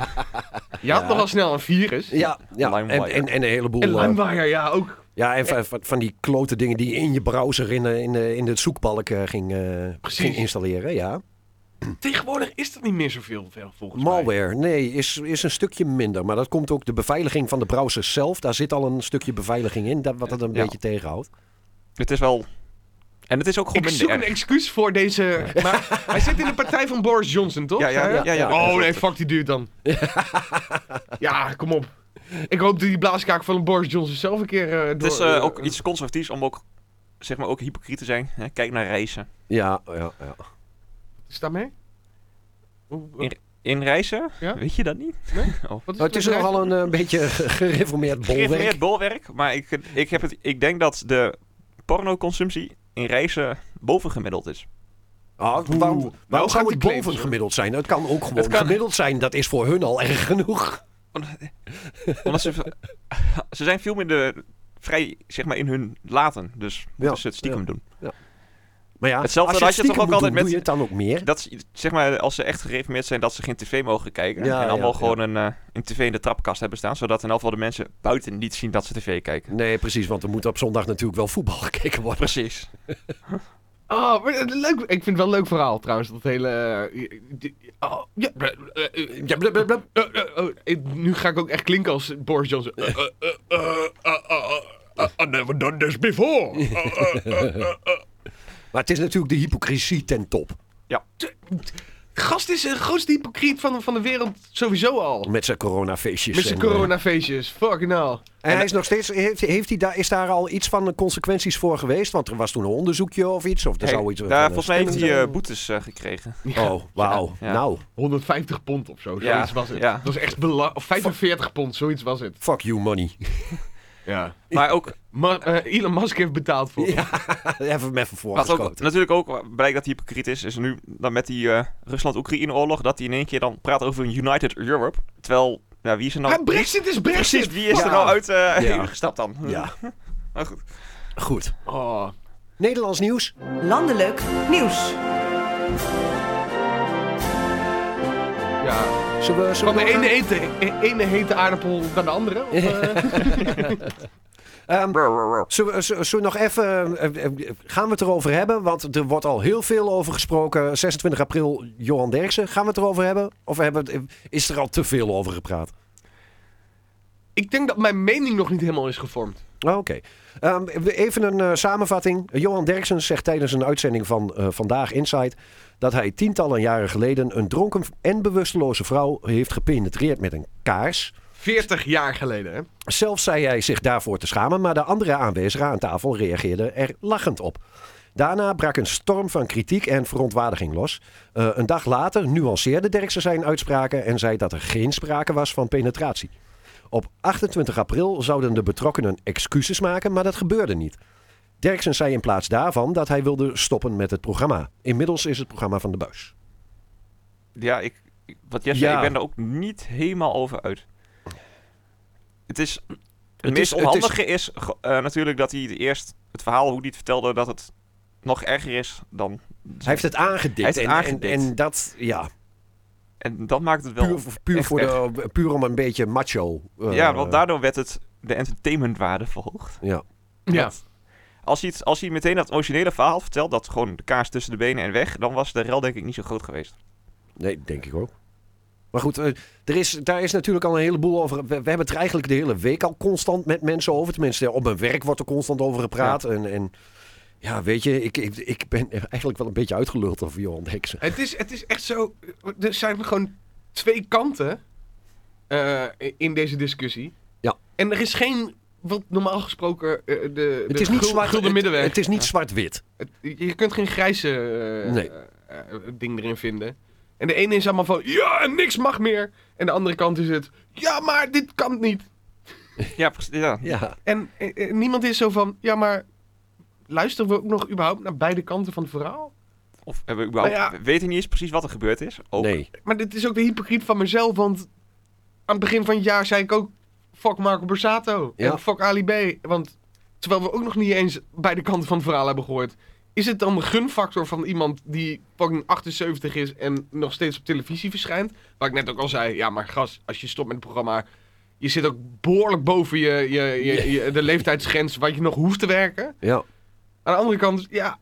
Je had nogal snel een virus. Ja, ja. En, LimeWire. en, en een heleboel... En eh, LimeWire, ja, ook. ja, en van- van, van die klote dingen die je in je browser in, de- in, de- in de zoekbalk eh, ging, eh, Precies. ging installeren. Ja. Tegenwoordig is dat niet meer zoveel veel, volgens mij. Malware, nee, is, is een stukje minder. Maar dat komt ook de beveiliging van de browser zelf. Daar zit al een stukje beveiliging in, dat, wat het een Ja. beetje tegenhoudt. Het is wel... En het is ook gewoon Ik minder zoek een erg. excuus voor deze... Maar hij zit in de partij van Boris Johnson, toch? Ja, ja, Zei ja, hij? ja, ja. Oh nee, fuck die duurt dan. ja, kom op. Ik hoop dat die blaaskaak van Boris Johnson zelf een keer eh, Het door... is eh, eh, ook iets conservatiefs om ook, zeg maar, ook hypocriet te zijn. Hè, Kijk naar reizen. Ja, ja, ja. Is dat mee? Hoe- wat- In reizen? Ja? Weet je dat niet? wat Maar het is nogal een, eh, beetje gereformeerd bolwerk. Gerefereerd bolwerk, maar ik, ik, heb het, ik denk dat de pornoconsumptie in reizen bovengemiddeld is. Ah, Oeh. waarom Nou, waarom gaat zou die het claims, boven hoor. gemiddeld zijn? Het kan ook gewoon Het kan- gemiddeld zijn. Dat is voor hun al erg genoeg. Omdat ze, ze zijn veel minder vrij, zeg maar, in hun laten. Dus moeten Ja, ze het stiekem ja. doen. Maar ja, Hetzelfde als je had je toch stiekem ook altijd moet doen, met- doe je het dan ook meer? Dat, is- zeg maar, als ze echt gereformeerd zijn, dat ze geen tv mogen kijken. Ja, en allemaal ja, gewoon een, eh, een tv in de trapkast hebben staan. Zodat in elk geval de mensen buiten niet zien dat ze tv kijken. Nee, precies. Want er moet op zondag natuurlijk wel voetbal gekeken worden. Precies. Oh, maar, eh, leuk. Ik vind het wel een leuk verhaal trouwens. Dat hele. eh, die- oh, ja. eh, eh, eh, Ja, blub, blub, blub. eh, eh, oh, ik- nu ga ik ook echt klinken als Boris Johnson. Eh, eh, eh, eh, eh, eh, eh, I never done this before. Eh, eh, eh, eh. Maar het is natuurlijk de hypocrisie ten top. Gast is een grootste hypocriet van, de- van de wereld sowieso al. Met zijn coronafeestjes. Met zijn en, eh, coronafeestjes. Fucking hell. En, hij is nog steeds. Heeft, heeft hij daar, is daar al iets van eh, consequenties voor geweest? Want er was toen een onderzoekje of iets. Of er Hey, zou iets. daar, van, eh, volgens mij heeft hij stemming eh, boetes eh, gekregen. zijn. Oh, wauw. Ja. Nou, 150 pond of zo. Ja, Zoiets was het. ja. Dat was echt belangrijk. Of 45 pond, zoiets was het. fuck you money. Ja. Maar ook Ma eh, Elon Musk heeft betaald voor. Ja, even met vervolgens Wat ook natuurlijk ook eh, blijkt dat hij hypocriet is, is nu dan met die eh, Rusland-Oekraïne-oorlog, dat hij in één keer dan praat over een United Europe. Terwijl, nou wie is er nou... Ah, Brexit is Brexit. Precies, wie is er Ja. nou uit eh Ja. gestapt dan? Ja, Maar goed. goed. Oh. Nederlands nieuws. Landelijk nieuws. Ja. Zullen we, Van zullen de we ene doorgaan? hete, e- ene hete aardappel naar de andere? Of, eh? Ehm, Zullen we, zullen we nog even. eh, eh, Gaan we het erover hebben? Want er wordt al heel veel over gesproken. 26 april, Johan Derksen. Gaan we het erover hebben? Of hebben we het- is er al te veel over gepraat? ik denk dat mijn mening nog niet helemaal is gevormd. Oh, Oké. Ehm, even een eh, samenvatting. Johan Derksen zegt tijdens een uitzending van eh, Vandaag Insight dat hij tientallen jaren geleden een dronken en bewusteloze vrouw heeft gepenetreerd met een kaars. 40 jaar geleden, hè? Zelf zei hij zich daarvoor te schamen, maar de andere aanwezigen aan tafel reageerden er lachend op. Daarna brak een storm van kritiek en verontwaardiging los. Eh, een dag later nuanceerde Derksen zijn uitspraken en zei dat er geen sprake was van penetratie. Op 28 april zouden de betrokkenen excuses maken, maar dat gebeurde niet. Derksen zei in plaats daarvan dat hij wilde stoppen met het programma. Inmiddels is het programma van de buis. Ja, ik, ik- wat jij zei, Ja. ik ben er ook niet helemaal over uit. Het is... Het, is- meest het is- onhandige is, ge- eh, natuurlijk dat hij het eerst het verhaal, hoe hij het vertelde, dat het nog erger is dan... Hij heeft het aangedikt. Hij heeft het en- en- aangedikt. En, dat, ja, En dat maakt het wel... puur, puur, echt voor de, puur om een beetje macho. eh, ja, want daardoor werd het de entertainmentwaarde verhoogd. Ja. Ja. Als hij, het, als hij meteen dat originele verhaal had verteld, dat gewoon de kaas tussen de benen en weg, dan was de rel denk ik niet zo groot geweest. Nee, denk ik ook. Maar goed, eh, er is, daar is natuurlijk al een heleboel over. We, we hebben het er eigenlijk de hele week al constant met mensen over. Tenminste, op mijn werk wordt er constant over gepraat. En, en ja, weet je, ik, ik, ik ben eigenlijk wel een beetje uitgeluld over Johan Heksen. Het is, het is echt zo. Er zijn gewoon twee kanten eh, in deze discussie. Ja. En er is geen. Wat normaal gesproken eh, de, de Het is niet gul- zwart- gulden het- middenweg. Het is niet zwart-wit. Het- je kunt geen grijze eh, Nee. eh, eh, ding erin vinden. En de ene is allemaal van, ja, en niks mag meer. En de andere kant is het, ja, maar dit kan niet. Ja, precies, ja. Ja. En eh, eh, niemand is zo van, ja, maar luisteren we ook nog überhaupt naar beide kanten van het verhaal? Of hebben we überhaupt, Nou ja. we weten niet eens precies wat er gebeurd is. Ook. Nee. Maar dit is ook de hypocriet van mezelf, want aan het begin van het jaar zei ik ook, fuck Marco Borsato Ja. en fuck Ali B. Want terwijl we ook nog niet eens beide kanten van het verhaal hebben gehoord. Is het dan de gunfactor van iemand die fucking 78 is en nog steeds op televisie verschijnt? Waar ik net ook al zei, ja maar gast, als je stopt met het programma, je zit ook behoorlijk boven je, je, je, je- de leeftijdsgrens waar je nog hoeft te werken. Ja. Aan de andere kant, ja.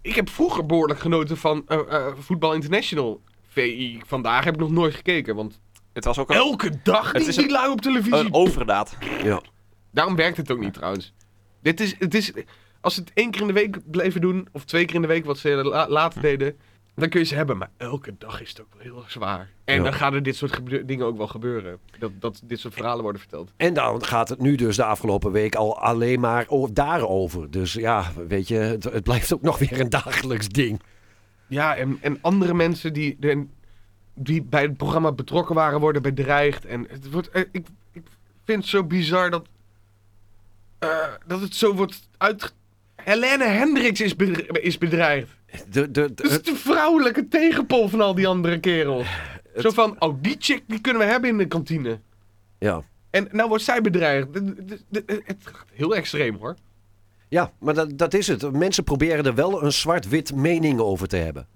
Ik heb vroeger behoorlijk genoten van eh eh, Voetbal International. VI, vandaag heb ik nog nooit gekeken, want Het was ook een, elke dag Het die, is die een- lui Eh, op televisie. een overdaad. ja. Daarom werkt het ook niet trouwens. Dit is, het is, als ze het één keer in de week bleven doen, of twee keer in de week wat ze la- later deden, dan kun je ze hebben. Maar elke dag is het ook wel heel erg zwaar. En Ja. dan gaan er dit soort gebe- dingen ook wel gebeuren. Dat, dat dit soort verhalen worden verteld. En dan gaat het nu dus de afgelopen week al alleen maar o- daarover. Dus ja, weet je, het, het blijft ook nog weer een dagelijks ding. Ja, en, en andere mensen die, de- die bij het programma betrokken waren, worden bedreigd. En het wordt, eh, ik, ik vind het zo bizar dat, eh, dat het zo wordt uit. Helene Hendricks is, bedre- is bedreigd. De, de, de- Dat is de vrouwelijke tegenpol van al die andere kerels. Zo van, oh, die chick die kunnen we hebben in de kantine. ja. En nou wordt zij bedreigd. De- de- de- de- Het gaat heel extreem hoor. ja, maar dat, dat is het. Mensen proberen er wel een zwart-wit mening over te hebben.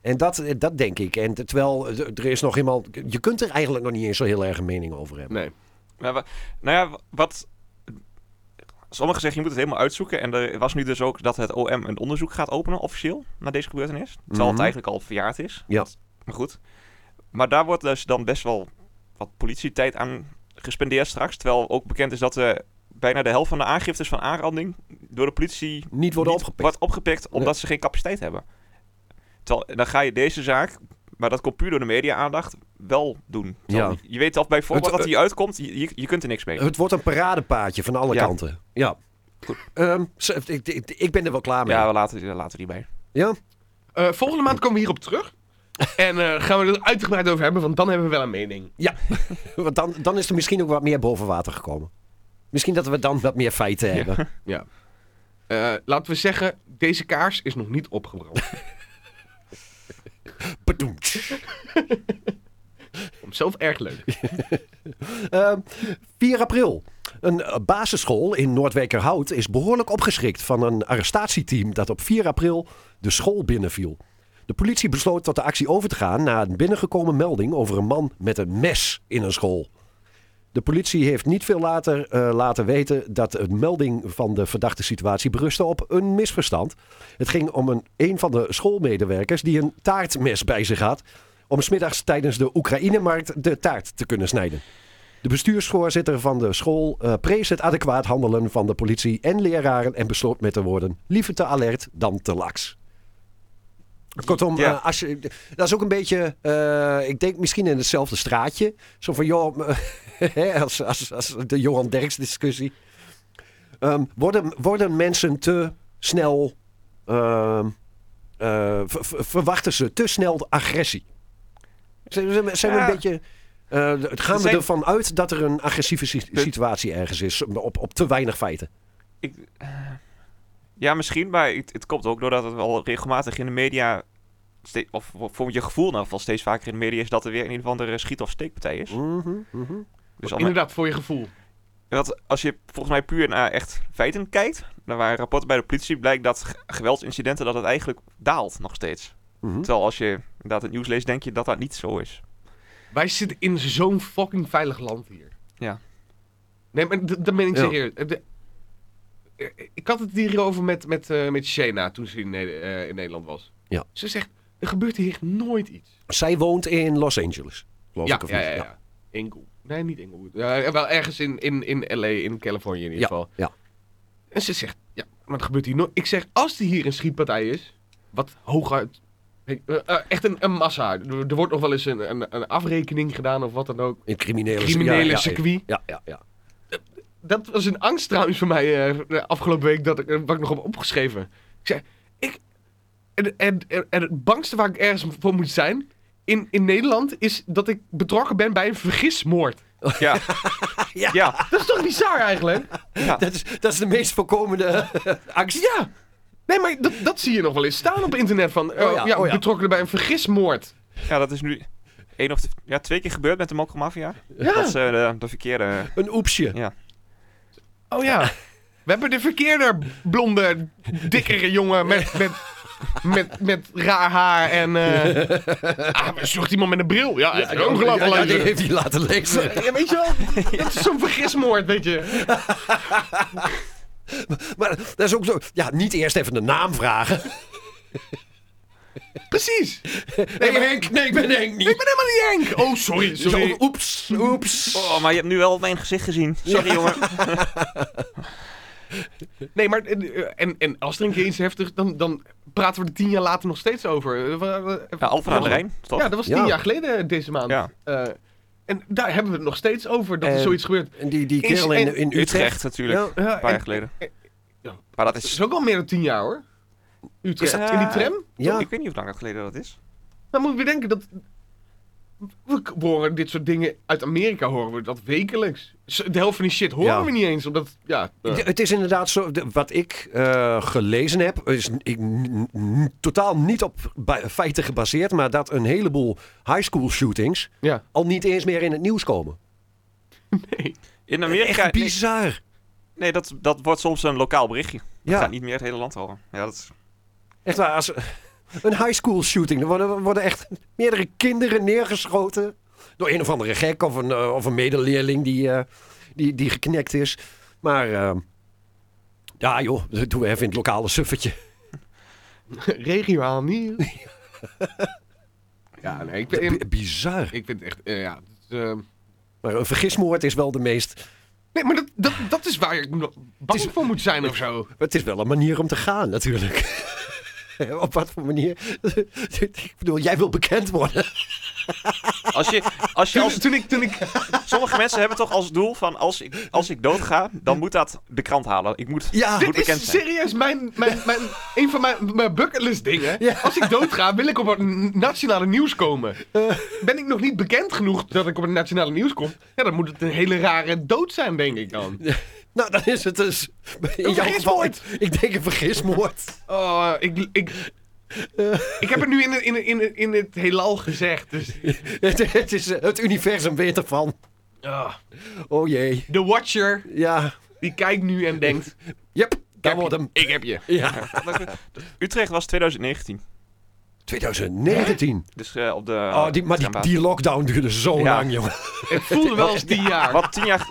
En dat, eh, dat denk ik. En terwijl eh, er is nog helemaal. Je kunt er eigenlijk nog niet eens zo heel erg een mening over hebben. Nee. Maar wa- nou ja, wat... Sommigen zeggen, je moet het helemaal uitzoeken. En er was nu dus ook dat het OM een onderzoek gaat openen, officieel, naar deze gebeurtenis. Terwijl Mhm. het eigenlijk al verjaard is. Ja. Maar goed. Maar daar wordt dus dan best wel wat politietijd aan gespendeerd straks. Terwijl ook bekend is dat eh, bijna de helft van de aangiftes van aanranding door de politie Niet worden niet opgepikt. wordt opgepikt omdat ze geen capaciteit hebben. Terwijl, dan ga je deze zaak, maar dat komt puur door de media-aandacht, wel doen. Terwijl Ja. Je weet al bij voorbaat Het- eh, dat hij uitkomt, je, je, je kunt er niks mee. Het wordt een paradepaadje van alle Ja. kanten. Ja. Goed. Ehm, zo- ik, ik, ik ben er wel klaar mee. ja, Ja. we laten, we laten die bij. Eh, volgende maand komen we hierop terug. En eh, gaan we er uitgebreid over hebben, want dan hebben we wel een mening. Want dan, dan is er misschien ook wat meer boven water gekomen. Misschien dat we dan wat meer feiten hebben. Eh, laten we zeggen, deze kaars is nog niet opgebrand. Bedoemd. Om zelf erg leuk. Ehm, 4 april. Een eh, basisschool in Noordwijkerhout is behoorlijk opgeschrikt van een arrestatieteam dat op 4 april de school binnenviel. De politie besloot tot de actie over te gaan na een binnengekomen melding over een man met een mes in een school. De politie heeft niet veel later eh, laten weten dat de melding van de verdachte situatie berustte op een misverstand. Het ging om een, een van de schoolmedewerkers die een taartmes bij zich had om 's middags tijdens de Oekraïnemarkt de taart te kunnen snijden. De bestuursvoorzitter van de school eh, prees het adequaat handelen van de politie en leraren en besloot met de woorden liever te alert dan te laks. Kortom, Ja. eh, als je, dat is ook een beetje, eh, ik denk misschien in hetzelfde straatje. Zo van, joh, hè, als, als, als de Johan Derks discussie. Ehm, worden, worden mensen te snel, ehm, eh, ver- ver- verwachten ze te snel de agressie? Zijn, zijn, we- zijn we Ja. een beetje, eh, het gaan Er we zijn- ervan uit dat er een agressieve si- situatie ergens is op, op te weinig feiten? Ik, eh, ja, misschien, maar het, het komt ook doordat het wel regelmatig in de media, ste- of voor je gevoel nou wel steeds vaker in de media is dat er weer in ieder geval een schiet- of steekpartij is. Mhm, mhm. Dus allemaal- Inderdaad, voor je gevoel. Want als je volgens mij puur naar echt feiten kijkt, dan waren rapporten bij de politie, blijkt dat ge- geweldsincidenten, dat het eigenlijk daalt nog steeds. Mhm. Terwijl als je inderdaad het nieuws leest, denk je dat dat niet zo is. Wij zitten in zo'n fucking veilig land hier. Ja. Nee, maar d- dat meen ik Ja. serieus. De- eh, ik had het hierover met, met, eh, met Shena toen ze in, Ne- eh, in Nederland was. Ja. Ze zegt, er gebeurt hier nooit iets. Zij woont in Los Angeles, geloof Ja, ik. Of ja, niet? ja, ja. Inglewood. Nee, niet Inglewood. Ja, wel ergens in, in, in L.A., in Californië in ieder Ja, geval. ja. En ze zegt, ja, maar het gebeurt hier nooit. Ik zeg, als er hier een schietpartij is, wat hooguit... eh, eh, echt een, een massa. Er er wordt nog wel eens een, een, een afrekening gedaan of wat dan ook. In het criminele, Criminele ja, ja, circuit. Ja, ja, ja. Dat was een angst trouwens voor mij eh, de afgelopen week, dat ik, eh, wat ik nog heb opgeschreven. Ik zei, ik... En, en, en, en het bangste waar ik ergens voor moet zijn in, in Nederland is dat ik betrokken ben bij een vergismoord. Ja. Ja. ja. Dat is toch bizar eigenlijk? Dat, is, dat is de meest voorkomende angst. Ja. Nee, maar dat, dat zie je nog wel eens staan op internet van eh, ja, ja, oh ja. betrokkenen bij een vergismoord. Ja, dat is nu één of t- ja, twee keer gebeurd met de Mokko Mafia. Ja. Dat ze de, de verkeerde... Een oepsje. Ja. Oh ja. We hebben de verkeerde blonde, dikkere jongen met, met, met, met raar haar en... eh, ah, maar zocht iemand met een bril. Ja, heeft ook Ja, laten ja, lezen. die heeft hij laten lezen. Ja, weet je wel? Dat is zo'n vergismoord, weet je. Maar dat is ook zo. Ja, niet eerst even de naam vragen. Precies. Nee, Henk, nee, ik ben Henk Ik ben helemaal niet Henk. Oh, sorry, sorry. Zo, oeps, oeps. Oh, maar je hebt nu wel mijn gezicht gezien. Sorry, jongen. Nee, maar eh, en, en als er een keer iets heftig, dan, dan praten we er tien jaar later nog steeds over. Eh, wa- wa- Ja, Alphen aan de Rijn, toch? Ja, dat was tien Ja. jaar geleden eh, deze maand. Ja. Eh, en daar hebben we het nog steeds over, dat er En- zoiets gebeurt. En die, die Is- kerel in, en- in Utrecht. Utrecht natuurlijk, Ja. Ja, een paar en- jaar geleden. ja. Maar dat Het is... is ook al meer dan tien jaar, hoor. Utrecht, Is dat- in die tram. Ja, Ik weet niet hoe lang geleden dat is. Dan moet je bedenken dat... We k- horen dit soort dingen uit Amerika, horen we dat wekelijks. Z- De helft van die shit horen Ja. we niet eens, omdat... Ja, eh, Ja, Het is inderdaad zo. de- wat ik eh, gelezen heb, is n- ik, n- n- totaal niet op ba- feiten gebaseerd. Maar dat een heleboel high school shootings ja. al niet eens meer in het nieuws komen. In Amerika... Nee, Bizar. nee, dat, dat wordt soms een lokaal berichtje. Het Ja. gaat niet meer het hele land over. Ja, dat is... Echt waar. Als, een high school shooting. Er worden, worden echt meerdere kinderen neergeschoten. Door een of andere gek of een, eh, of een medeleerling die, eh, die, die geknekt is. Maar eh, ja joh, dat doen we even in het lokale suffertje. Regionaal nieuws. ja, nee, ik, ben, Eh, B- bizar. ik vind het echt... eh, ja, het is, eh, Maar een vergismoord is wel de meest... Nee, maar dat, dat, dat is waar ik nog bang voor moet zijn of zo. Maar het is wel een manier om te gaan, natuurlijk. Op wat voor manier? ik bedoel, jij wil bekend worden. Als je, als je Toen, als, toen ik, toen ik, sommige mensen hebben toch als doel van als ik, als ik doodga, dan moet dat de krant halen. Ik moet, Ja, moet dit bekend is zijn. serieus mijn, mijn, mijn, een van mijn, mijn bucketlist dingen. Ja. Als ik doodga, wil ik op het n- nationale nieuws komen. Eh. Ben ik nog niet bekend genoeg dat ik op het nationale nieuws kom? Ja, dan moet het een hele rare dood zijn, denk ik dan. Nou, dan is het dus. In jouw geval, ik, vergismoord. ik denk een vergismoord. Oh, ik, ik, Eh. ik heb het nu in, het- in, het- in, het- in het heelal gezegd. Dus, het, het is, eh, het universum weet ervan. Ah. Oh jee. de Watcher, Ja. die kijkt nu en denkt... Yep, ik daar heb wordt je. hem. Ik heb je. Ja. Utrecht was 2019. 2019. Dus eh, op de... Oh, die, maar die, trambaas. die lockdown duurde zo Ja. lang, jongen. Het voelde wel als tien jaar. Wat tien jaar...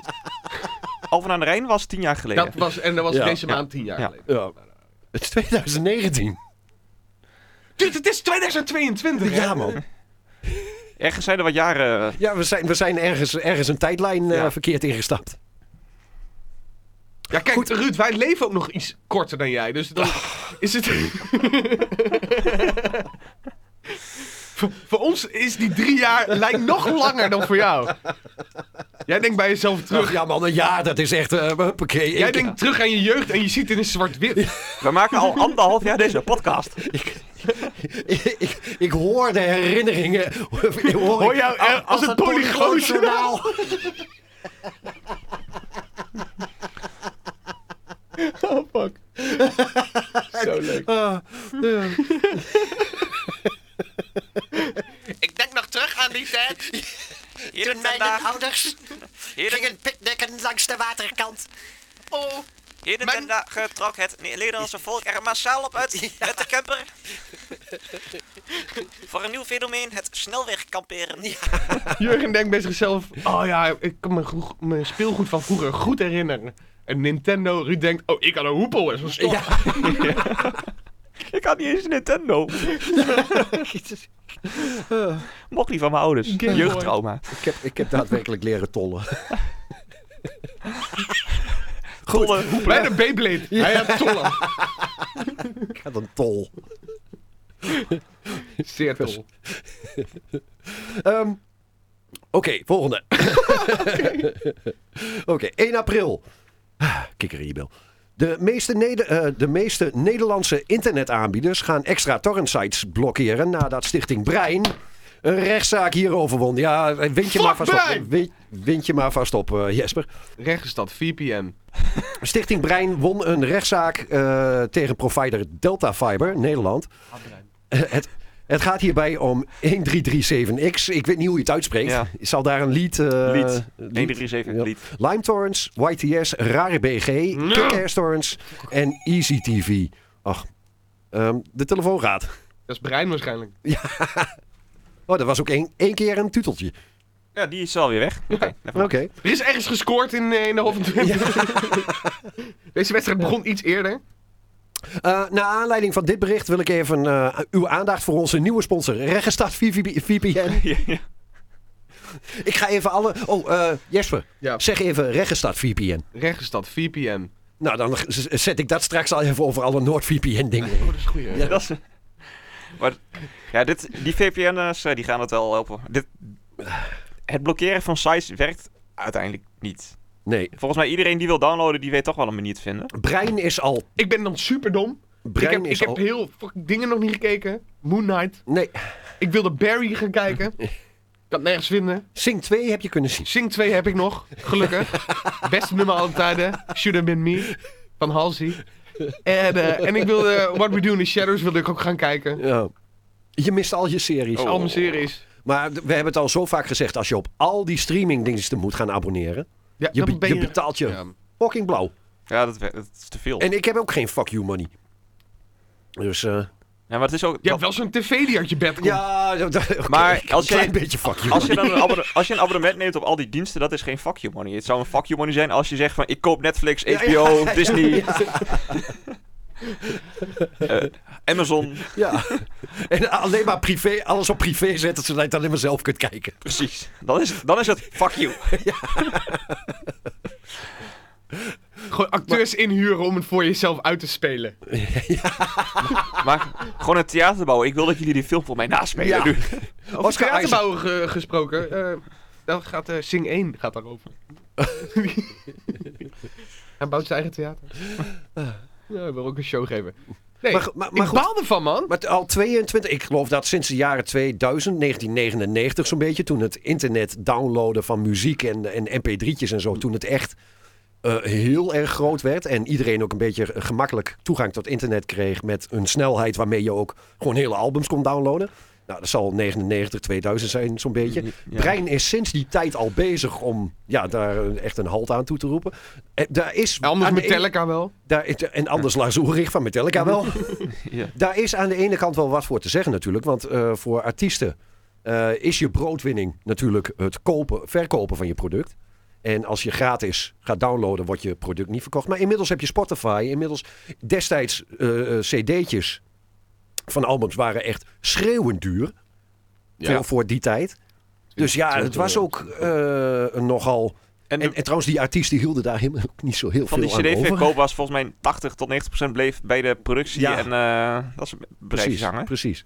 Alphen aan de Rijn was tien jaar geleden. Dat was, en dat was Ja. deze Ja. maand tien jaar Ja. geleden. Ja. Het is 2019. Dude, het is 2022, hè? Ja, man. Ergens zijn er wat jaren... eh, Ja, we zijn, we zijn ergens, ergens een tijdlijn eh, Ja. verkeerd ingestapt. Ja, kijk, Ruud, wij leven ook nog iets korter dan jij, dus dan is het... voor, voor ons is die drie jaar lijkt nog langer dan voor jou. Jij denkt bij jezelf terug... Terug, ja, man. Een jaar, dat is echt. eh huppakee. Jij Ik- denkt terug aan je jeugd en je ziet het in zwart-wit. We maken al anderhalf jaar deze podcast. ik, ik, ik hoor de herinneringen. Ik hoor, Hoor ik- jou, eh, als het polygloos journaal. Oh, fuck. Zo leuk. Ah, ja. Ik denk nog terug aan die tijd. Toen mijn ouders gingen picknicken langs de waterkant. Oh, Heden Mijn- trok het Nederlandse volk er massaal op uit. Met de camper. Voor een nieuw fenomeen, het snelwegkamperen. Jurgen denkt bij zichzelf, oh ja, ik kan mijn, groe- mijn speelgoed van vroeger goed herinneren. En Nintendo, Ruud denkt, oh, ik had een hoepel en zo'n stok. Ik had niet eens een Nintendo. Mocht niet van mijn ouders. Game Boy. Jeugdtrauma. Ik heb, ik heb daadwerkelijk leren tollen. Goed. Bij de Beyblade. Hij had tollen. Ik had een tol. Zeer tol. Ehm, Oké, volgende. Oké, 1 april. Ah, Kikker in je bil. De meeste, Neder- eh, de meeste Nederlandse internetaanbieders gaan extra torrentsites blokkeren nadat Stichting Brein een rechtszaak hierover won. Ja, eh, wind je, Fuck maar vast op, Brein! wind, wind je maar vast op, eh, Jesper. Rechtenstad, 4 pm. Stichting Brein won een rechtszaak eh, tegen provider Delta Fiber, Nederland. Eh, Het, het gaat hierbij om 1337X. Ik weet niet hoe je het uitspreekt. Ja. Zal daar een lied... eh, Lied. 1337 ja. lied. Lime Torrents, YTS, Rare BG, Kickass Torrents en Easy TV. Ach, ehm, de telefoon gaat. Dat is brein waarschijnlijk. Oh, dat was ook één, één keer een tuteltje. Ja, die is alweer weg. Oké. never Oké. mind. Er is ergens gescoord in, eh, in de halve twintig. Deze wedstrijd begon iets eerder. Eh, naar aanleiding van dit bericht wil ik even eh, uw aandacht voor onze nieuwe sponsor, Regenstad VV VPN. Ja, ja. Ik ga even alle. Oh, eh, Jesper. Ja. Zeg even Regenstad VPN. Rechtenstad, 4 pm. Nou, dan z- z- zet ik dat straks al even over alle Noord-VPN-dingen. Oh, dat is goed. hè? Dat is... Maar, ja, dit, die VPN'ers eh, die gaan het wel helpen. Dit, het blokkeren van sites werkt uiteindelijk niet. Nee, Volgens mij iedereen die wil downloaden, die weet toch wel een manier te vinden. Brein is al. Ik ben dan super dom. Ik Brein heb, ik is heb al. heel fucking dingen nog niet gekeken. Moon Knight. Nee, Ik wilde Barry gaan kijken. Ik kan het nergens vinden. Sing 2 heb je kunnen zien. Sing 2 heb ik nog. Gelukkig. Beste nummer alle tijden. Should have been me. Van Halsey. En, eh, en ik wilde What We Do in the Shadows wilde ik ook gaan kijken. Ja. Je mist al je series. Al mijn series. Maar d- we hebben het al zo vaak gezegd: als je op al die streamingdiensten moet gaan abonneren, Ja, je, dan be- ben je betaalt je Ja. fucking blauw. Ja, dat, wer- dat is te veel. En ik heb ook geen fuck you money. Dus eh, Ja, maar het is ook... Je dat- hebt wel zo'n tv die uit je bed komt. ja, d- d- oké, Maar een als je- klein beetje fuck you. Als je, dan een abonne- als je een abonnement neemt op al die diensten, dat is geen fuck you money. Het zou een fuck you money zijn als je zegt van ik koop Netflix, Ja, HBO, Disney, eh, Amazon. Ja. En alleen maar privé, alles op privé zetten, zodat je het alleen maar zelf kunt kijken. Precies. Dan is, het- dan is het fuck you. Gewoon acteurs inhuren om het voor jezelf uit te spelen. Maar gewoon een theater bouwen. Ik wil dat jullie die film voor mij naspelen Ja. nu. Over Oscar theaterbouwen ge- gesproken. eh dat gaat, eh, Sing 1 gaat daarover. Hij bouwt zijn eigen theater. Ja, hij wil ook een show geven. Nee, Maar goed, maar- maar ik goed. baal ervan, man. Maar t- al 22, ik geloof dat sinds de jaren 2000, 1999 zo'n beetje, toen het internet downloaden van muziek en, en mp3'tjes en zo, toen het echt eh, heel erg groot werd en iedereen ook een beetje gemakkelijk toegang tot internet kreeg met een snelheid waarmee je ook gewoon hele albums kon downloaden. Nou, dat zal 99, 2000 zijn zo'n beetje. Ja. Brein is sinds die tijd al bezig om ja, daar een- echt een halt aan toe te roepen. Eh, Daar is Anders aan de ene- Metallica wel. daar is- en anders Lars Ulrich van Metallica wel. Ja. Daar is aan de ene kant wel wat voor te zeggen natuurlijk. Want eh, voor artiesten eh, is je broodwinning natuurlijk het kopen, verkopen van je product. En als je gratis gaat downloaden, wordt je product niet verkocht. Maar inmiddels heb je Spotify. Inmiddels destijds eh, eh, cd'tjes van albums waren echt schreeuwend duur. Voor, voor die tijd. Dus ja, het was ook eh, nogal... En En, de- en, trouwens, die artiesten hielden daar helemaal ook niet zo heel van die veel aan over. cd-verkoop was volgens mij 80 tot 90 procent bleef bij de productie Ja. en eh, dat is een Precies, bedrijfszanger. precies.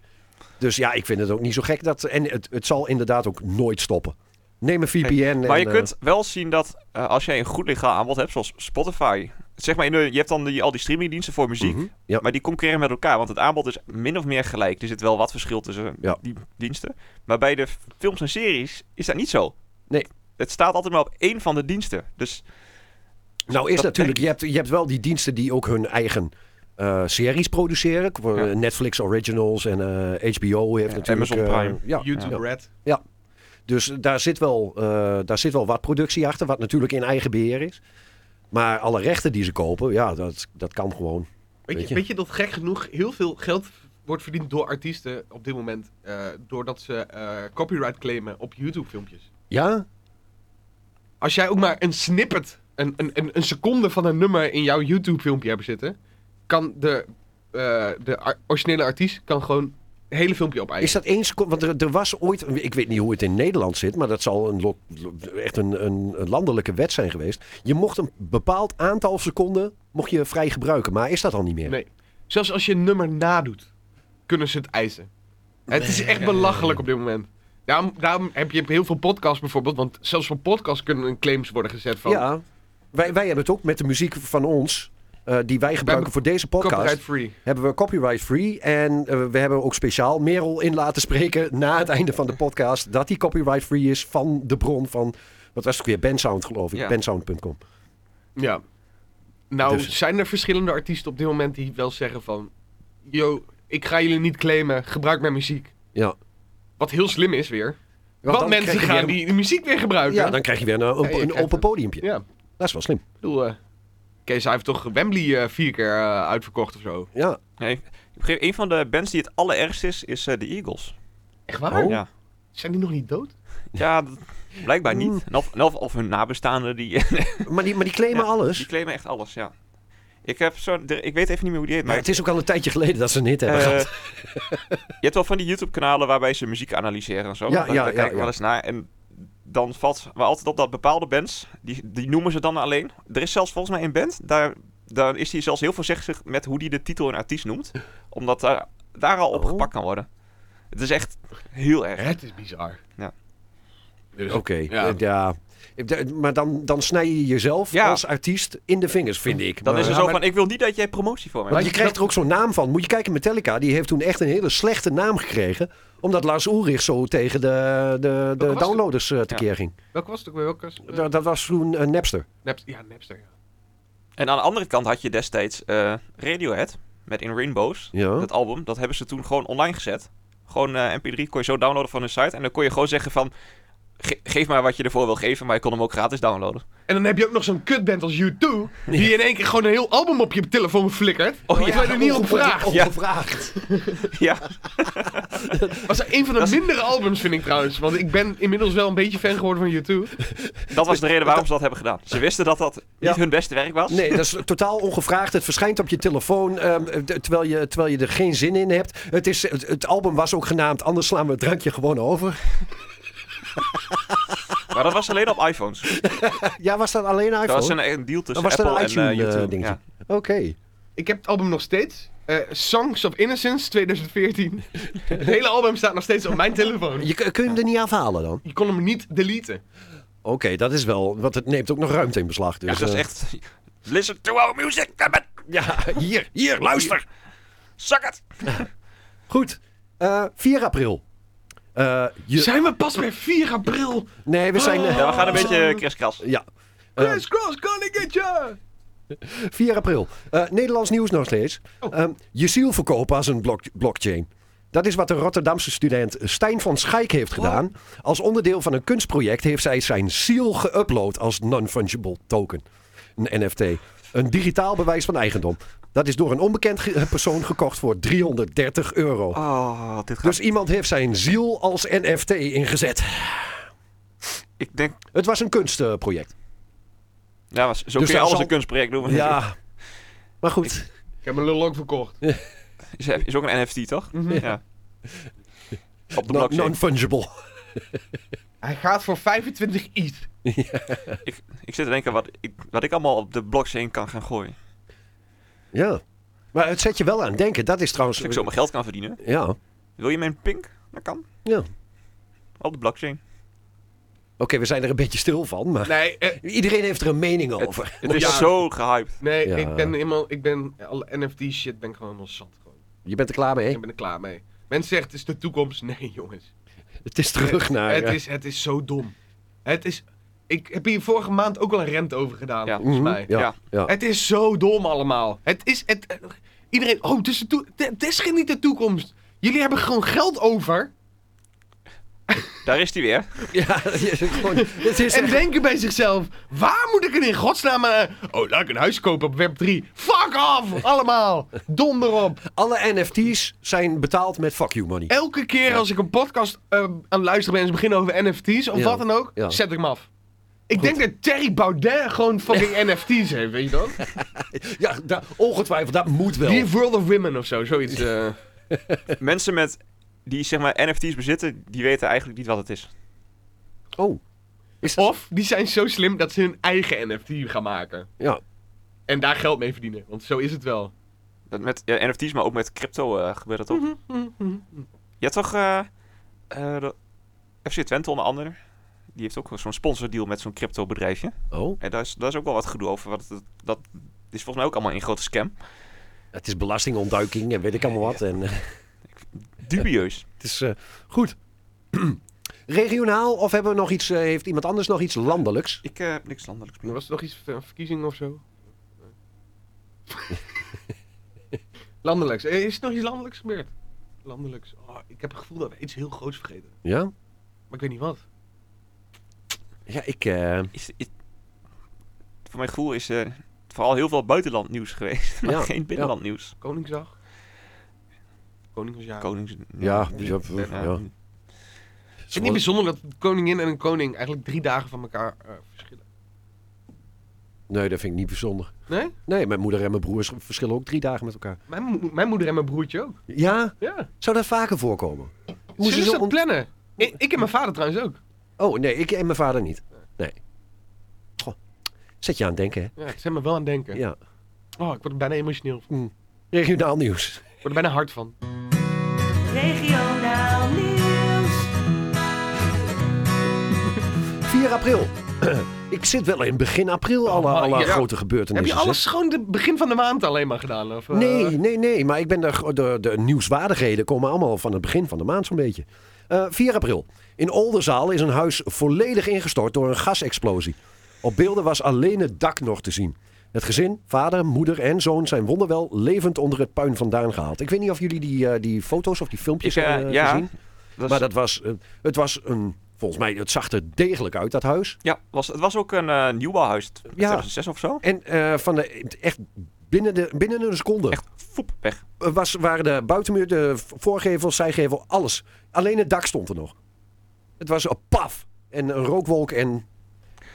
Dus ja, ik vind het ook niet zo gek. Dat, en het, het zal inderdaad ook nooit stoppen. Neem een VPN. en, Maar je eh, kunt wel zien dat eh, als jij een goed legaal aanbod hebt, zoals Spotify. Zeg maar, in de- je hebt dan die, al die streamingdiensten voor muziek. mhm, ja. Maar die concurreren met elkaar, want het aanbod is min of meer gelijk. Er zit wel wat verschil tussen Ja. die diensten. Maar bij de f- films en series is dat niet zo. Nee. Het staat altijd maar op één van de diensten. Dus nou is dat natuurlijk, je hebt, je hebt wel die diensten die ook hun eigen eh, series produceren. K- Ja. Netflix Originals en eh, HBO heeft Ja, natuurlijk... Amazon eh, Prime. ja. YouTube Ja. Red. Dus daar zit, wel, eh, daar zit wel wat productie achter, wat natuurlijk in eigen beheer is. Maar alle rechten die ze kopen, ja, dat, dat kan gewoon. Weet je, Weet je. weet je dat gek genoeg heel veel geld wordt verdiend door artiesten op dit moment. eh, doordat ze eh, copyright claimen op YouTube-filmpjes. Ja? Als jij ook maar een snippet, een, een, een, een seconde van een nummer in jouw YouTube-filmpje hebt zitten. kan de, eh, de ar- originele artiest kan gewoon het hele filmpje opeisen. Is dat één seconde? Want er, er was ooit, ik weet niet hoe het in Nederland zit, maar dat zal een lo- echt een, een, een landelijke wet zijn geweest. Je mocht een bepaald aantal seconden mocht je vrij gebruiken, maar is dat al niet meer? Nee. Zelfs als je een nummer nadoet, kunnen ze het eisen. Het is echt belachelijk op dit moment. Daarom, daarom heb je heel veel podcasts bijvoorbeeld, want zelfs voor podcasts kunnen een claims worden gezet van Ja, wij, wij hebben het ook met de muziek van ons, eh, die wij gebruiken hebben voor deze podcast. copyright free. hebben we copyright free. En eh, we hebben ook speciaal Merel in laten spreken na het einde van de podcast. Dat die copyright free is van de bron van. Wat was het ook weer? Bensound, geloof ik. Ja. Bensound.com. Ja. Nou, Dus- zijn er verschillende artiesten op dit moment die wel zeggen van, yo, ik ga jullie niet claimen, gebruik mijn muziek. Ja. Wat heel slim is weer. Want Want, dan mensen krijg je gaan weer- die de muziek weer gebruiken. Ja, dan krijg je weer een, Ja, je een, een krijgt open het. podiumpje. Ja. Dat is wel slim. Ik bedoel, eh Kees, hij heeft toch Wembley eh, vier keer eh, uitverkocht of zo? Ja. Nee, ik begreep, een van de bands die het allerergst is, is eh, de Eagles. Echt waar? Oh. Ja, Zijn die nog niet dood? ja dat- blijkbaar Mm. niet. En Of, en of, of hun nabestaanden, die, Maar die, maar die claimen Ja, alles. die claimen echt alles, ja. Ik, heb zo, ik weet even niet meer hoe die heet, Maar maar het is ook al een tijdje geleden dat ze een hit hebben Eh, gehad. je hebt wel van die YouTube-kanalen waarbij ze muziek analyseren en zo. Ja, daar ja, daar ja, kijk ik ja. wel eens naar. En dan valt me altijd op dat bepaalde bands, die, die noemen ze dan alleen. Er is zelfs volgens mij een band, daar, daar is hij zelfs heel voorzichtig met hoe hij de titel en artiest noemt. Omdat daar, daar al op Oh. gepakt kan worden. Het is echt heel erg. Het is bizar. Ja. Dus- Oké. eh, Ja. Ja. D- Maar dan, dan snij je jezelf Ja. als artiest in de vingers, vind ik. Dan Maar- is dus er zo van, ik wil niet dat jij promotie voor mij Want maakt. je krijgt er ook zo'n naam van. Moet je kijken, Metallica, die heeft toen echt een hele slechte naam gekregen. Omdat Lars Ulrich zo tegen de, de, de was het? downloaders eh, tekeer ging. Welke was het ook weer? Welke was, eh, Dat, dat was toen eh, Napster. Napster? Ja, Napster. Ja. En aan de andere kant had je destijds eh, Radiohead met In Rainbows. Ja. Dat album, dat hebben ze toen gewoon online gezet. Gewoon eh, MP3 kon je zo downloaden van hun site. En dan kon je gewoon zeggen van... "Ge- geef maar wat je ervoor wil geven, maar je kon hem ook gratis downloaden. En dan heb je ook nog zo'n kutband als U2, die in één keer gewoon een heel album op je telefoon flikkert. Oh, je er niet op vraagt. Ja. Ongevraagd. ja, Was een van de mindere albums, vind ik trouwens. Want ik ben inmiddels wel een beetje fan geworden van U2. dat was de reden waarom ze dat hebben gedaan. Ze wisten dat dat Ja. niet hun beste werk was. Nee, dat is totaal ongevraagd. Het verschijnt op je telefoon ehm, d- terwijl, je, terwijl je er geen zin in hebt. Het, is, het, het album was ook genaamd Anders slaan we het drankje gewoon over. Maar dat was alleen op iPhones. Ja, was dat alleen iPhone? Dat was een, een deal Dan tussen was dat Apple een en eh, YouTube. iTunes-dingetje. ja. Oké. Ik heb het album nog steeds. Eh, Songs of Innocence 2014. Het hele album staat nog steeds op mijn telefoon. Je, kun je hem er niet afhalen dan? Je kon hem niet deleten. Oké, dat is wel... Want het neemt ook nog ruimte in beslag. Dus, Dus dat is eh, echt... Listen to our music, eh, damn it. Ja, hier, hier, luister. Suck it. Goed, eh 4 april. Eh, je- Zijn we pas bij 4 april? Nee, we zijn... eh, Ja, we gaan een beetje kriskras. Ja, Eh. Chris Cross, kan ik het je? 4 april. Eh, Nederlands nieuws nog steeds. Oh. Ehm, je ziel verkopen als een blok- blockchain. Dat is wat de Rotterdamse student Stijn van Schaik heeft gedaan. Oh. Als onderdeel van een kunstproject heeft zij zijn ziel geüpload als non-fungible token. Een NFT. Een digitaal bewijs van eigendom. Dat is door een onbekend ge- eh, persoon gekocht voor 330 euro. Oh, dit gaat... Dus iemand heeft zijn ziel als NFT ingezet. ik denk... Het was een kunstproject. Ja, maar zo kun je Dus daar alles zal- een kunstproject noemen. Ja. Maar goed. Ik heb mijn lul ook verkocht. Is, is ook een NFT, toch? Ja. Op de non- blockchain. Non-fungible. Hij gaat voor 25 ETH. nou, ik, ik zit te denken wat ik, wat ik allemaal op de blockchain kan gaan gooien. Ja. Maar het zet je wel aan denken. Dat is trouwens... Als ik zo mijn geld kan verdienen. Ja. Oké, Wil je mijn pink? Dat kan. Ja. Op de blockchain. we zijn er een beetje stil van, maar... Nee, eh, Iedereen heeft er een mening over. Het is Ja. zo gehyped. nee Ja. ik ben helemaal, ik ben, alle NFT shit ben ik gewoon helemaal zat. Gewoon. Je bent er klaar mee. Ik ben er klaar mee. Mensen zeggen het is de toekomst. Nee jongens. Het is terug naar... het, eh, is, het is zo dom. Het is, ik heb hier vorige maand ook al een rent over gedaan, Ja. volgens mij. hm? Ja. Ja. ja. Het is zo dom allemaal. Het is, het, eh, iedereen, oh, het is, de toe- het- het is geen- niet de toekomst. Jullie hebben gewoon geld over. Daar is hij weer. Ja, gewoon, het is En echt- denken bij zichzelf, waar moet ik er in godsnaam aan... Oh, laat ik een huis kopen op web 3. Fuck off, allemaal. Donder op. alle NFT's zijn betaald met fuck you money. Elke keer als ik een podcast eh, aan het luisteren ben en ze beginnen over NFT's of Ja, wat dan ook, ja. zet ik hem af. Ik denk dat Terry Baudet gewoon fucking NFT's heeft, weet je dan? Ja, da- ongetwijfeld, dat moet wel. Dear World of Women of zo, zoiets. eh. Mensen met, die zeg maar NFT's bezitten, die weten eigenlijk niet wat het is. Oh, is dat... Of die zijn zo slim dat ze hun eigen NFT gaan maken. Ja. En daar geld mee verdienen, want zo is het wel. Dat Met ja, NFT's, maar ook met crypto eh, gebeurt dat ook. Mhm, Je hebt toch eh, eh, dat- FC Twente onder andere. Die heeft ook zo'n sponsordeal met zo'n crypto bedrijfje. Oh, En daar is, daar is ook wel wat gedoe over. Want dat, dat is volgens mij ook allemaal een grote scam. het is belastingontduiking en weet ik allemaal wat. En, eh, Dubieus. het is eh, goed. Regionaal of hebben we nog iets, eh, heeft iemand anders nog iets landelijks? Ik eh, heb niks landelijks. meer. Was er nog iets van verkiezingen of zo? landelijks. Eh, Is er nog iets landelijks gebeurd? Landelijks. Oh, ik heb het gevoel dat we iets heel groots vergeten. Ja? Maar ik weet niet wat. Ja, ik... eh, Is, is- voor mijn gevoel is eh vooral heel veel buitenland nieuws geweest. Maar Ja, geen binnenland nieuws. Koningsdag? Koningsjaar. Konings... ja, dus ja, ja. het is niet bijzonder dat een koningin en een koning eigenlijk drie dagen van elkaar eh, verschillen. Nee, dat vind ik niet bijzonder. Nee? Nee, mijn moeder en mijn broers verschillen ook drie dagen met elkaar. Mijn, mo- mijn moeder en mijn broertje ook. Ja? Ja. Zou dat vaker voorkomen? Moest Moeten je ze zo dat ont- plannen? Ik, ik en mijn vader trouwens ook. Oh, nee, ik en mijn vader niet. Nee. Goh, zet je aan het denken, hè? Ja, ik zet me wel aan het denken. Ja. Oh, ik word er bijna emotioneel van. Regionaal nieuws. Ik word er bijna hard van. Regionaal nieuws. 4 april. ik zit wel in begin april, alle, maar alle ja. grote Heb gebeurtenissen. je alles gewoon de begin van de maand alleen maar gedaan? Of, hè? eh, Nee, nee, nee. Maar ik ben de, de, de nieuwswaardigheden komen allemaal van het begin van de maand zo'n beetje. Eh 4 april. In Oldenzaal is een huis volledig ingestort door een gasexplosie. Op beelden was alleen het dak nog te zien. Het gezin, vader, moeder en zoon zijn wonderwel levend onder het puin vandaan gehaald. Ik weet niet of jullie die, eh, die foto's of die filmpjes Ik, eh, hebben eh, ja, gezien. Dat Maar is- dat was, eh, het was een, volgens mij, het zag er degelijk uit, dat huis. ja was, het was ook een eh, nieuwbouwhuis. t- 2006 of zo. En eh, van de, echt binnen, de, binnen een seconde Echt foep, weg. was, waren de buitenmuur, de voorgevel, zijgevel, alles. Alleen het dak stond er nog. Het was een paf. En een rookwolk en,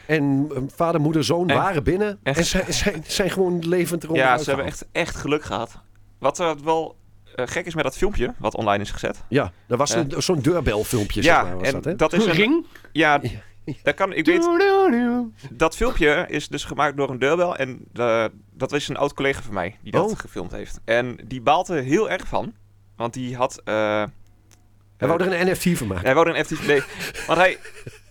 en eh, vader, moeder, zoon En- waren binnen. echt. En zijn, zijn, zijn gewoon levend eronder Ja, ze uitgehaald. hebben echt, echt geluk gehad. Wat eh, wel eh, gek is met dat filmpje, wat online is gezet. Ja, er was Ja. een- zo'n deurbelfilmpje, zeg ja, maar, was en dat, hè? is een- Ring? Ja, dat kan, ik weet, dat filmpje is dus gemaakt door een deurbel. En eh, dat is een oud collega van mij die dat Oh. gefilmd heeft. En die baalt er heel erg van. Want die had. eh, Hij wou er een NFT van maken. Hij wou er een FTV. Nee, want hij.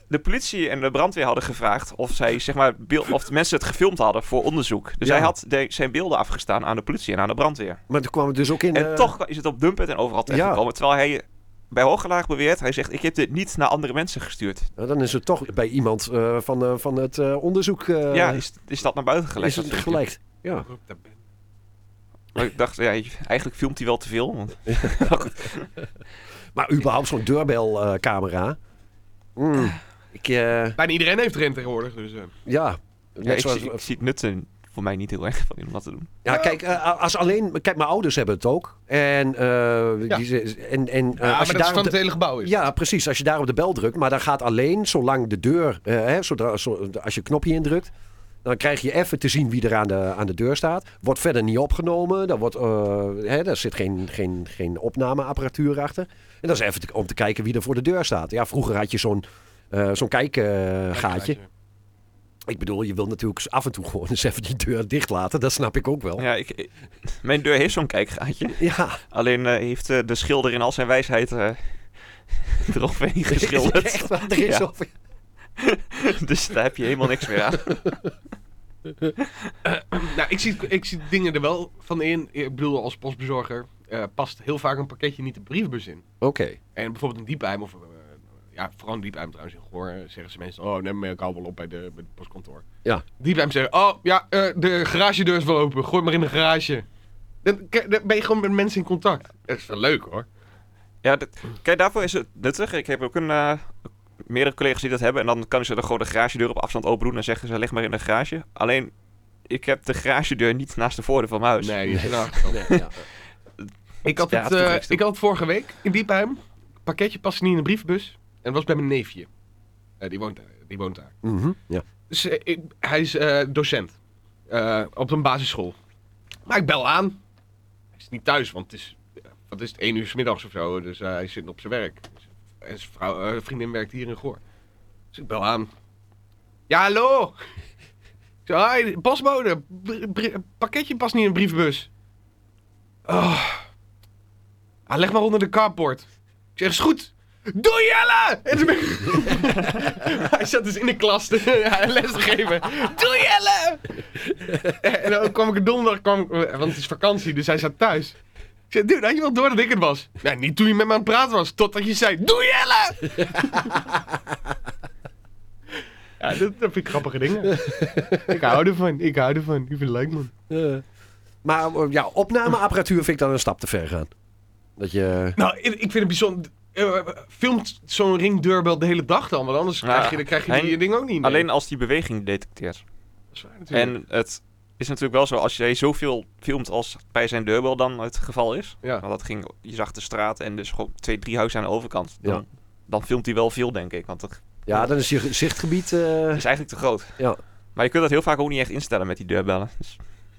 De politie en de brandweer hadden gevraagd of zij, zeg maar, beeld, of de mensen het gefilmd hadden voor onderzoek. Dus Ja. hij had de- zijn beelden afgestaan aan de politie en aan de brandweer. Maar toen kwam het dus ook in... En eh, toch is het op Dumpet en overal terechtgekomen. Terwijl hij bij Hoogelaag beweert, hij zegt, ik heb dit niet naar andere mensen gestuurd. nou, dan is het toch bij iemand eh, van, eh, van het eh, onderzoek... eh, ja, is, is dat naar buiten gelegd? is het dat filmpje? gelijk. Ja. Maar ik dacht, ja, je- eigenlijk filmt hij wel te veel. Want... Maar überhaupt zo'n deurbelcamera. Ik, eh, Bijna iedereen heeft erin tegenwoordig. Dus, eh. ja. Ja, Net ik, zoals- zie, ik zie het nutten voor mij niet heel erg van om dat te doen. ja, Nou. kijk, eh, als alleen, kijk, mijn ouders hebben het ook. En, eh, Ja. die, ze- en, en eh, ja, als maar je dat daar is van op het de, hele gebouw is. ja, precies. Als je daar op de bel drukt, maar dan gaat alleen zolang de deur, eh, hè, zodra, zo- als je een knopje indrukt, dan krijg je even te zien wie er aan de, aan de deur staat. Wordt verder niet opgenomen, daar, wordt, eh, hè, daar zit geen, geen, geen opnameapparatuur achter. En dat is even te- om te kijken wie er voor de deur staat. Ja, vroeger had je zo'n eh zo'n kijkgaatje. Ik bedoel, je wilt natuurlijk af en toe gewoon eens even die deur dicht laten. Dat snap ik ook wel. Ja. Ja, ik, ik- mijn deur heeft zo'n kijkgaatje. ja. Alleen eh, heeft eh, de schilder in al zijn wijsheid eh eroverheen geschilderd. Echt waar, er is Ja. over- dus daar heb je helemaal niks meer aan. Nou, ik zie, ik zie dingen er wel van in. Ik bedoel, als postbezorger eh, past heel vaak een pakketje niet de brievenbus in. Oké. En bijvoorbeeld een diepheim of... eh, ja, vooral een diepheim trouwens in Goor eh, zeggen ze mensen... Oh, neem me ik hou wel op bij, de, bij het postkantoor. Ja. Diepheim zeggen... Oh, ja, eh, de garagedeur is wel open. Gooi maar in de garage. Dan, dan ben je gewoon met mensen in contact. Dat is wel leuk, hoor. Ja, dat- kijk, daarvoor is het nuttig. Ik heb ook een, eh, meerdere collega's die dat hebben. En dan kan ze er gewoon de garagedeur op afstand open doen. En zeggen ze, leg maar in de garage. Alleen, ik heb de garagedeur niet naast de voordeur van mijn huis. Nee, die is raar. Nee, ja. Ik had, Ja, het, het is eh, toch ik had het vorige week in Diepheim. Pakketje paste niet in de brievenbus. En was bij mijn neefje. Eh, die, woont daar, die woont daar. Mhm, ja. Dus, eh, ik- hij is eh, docent. Eh, op een basisschool. Maar ik bel aan. Hij is niet thuis, want het is, eh, wat is het, één uur 's middags of zo. Dus eh, hij zit op zijn werk. En zijn vrouw, eh, vriendin werkt hier in Goor. Dus ik bel aan. Ja, hallo! Ik zeg, hi, postbode. Br- br- pakketje past niet in de brievenbus. Oh. Ah, leg maar onder de carport. Ik zeg, is goed. Doei Jelle! En toen ben ik- Hij zat dus in de klas te- hij les te geven. Doei Jelle! Eh, en dan kwam ik er donderdag, kwam, ik- want het is vakantie, dus hij zat thuis. Ik zei, dude, had je wel door dat ik het was? Ja, niet toen je met me aan het praten was, totdat je zei, doei Jelle! ja, dat, dat vind ik grappige dingen. ik hou ervan, ik hou ervan. Ik vind het leuk, man. Eh, maar eh, ja, opnameapparatuur vind ik dan een stap te ver gaan. Dat je... Nou, ik, ik vind het bijzonder. eh, filmt zo'n ringdeurbel de hele dag dan? Want anders Ja, krijg je, dan krijg je die en- ding ook niet mee. Alleen als die beweging detecteert. Dat is waar natuurlijk. En het is natuurlijk wel zo, als jij zoveel filmt als bij zijn deurbel dan het geval is. Ja. Want dat ging, je zag de straat en dus gewoon twee, drie huizen aan de overkant. Dan, Ja. dan filmt hij wel veel, denk ik. Want dat Ja, dan is je ge- zichtgebied... eh, is eigenlijk te groot. Ja. Maar je kunt dat heel vaak ook niet echt instellen met die deurbellen. Dus,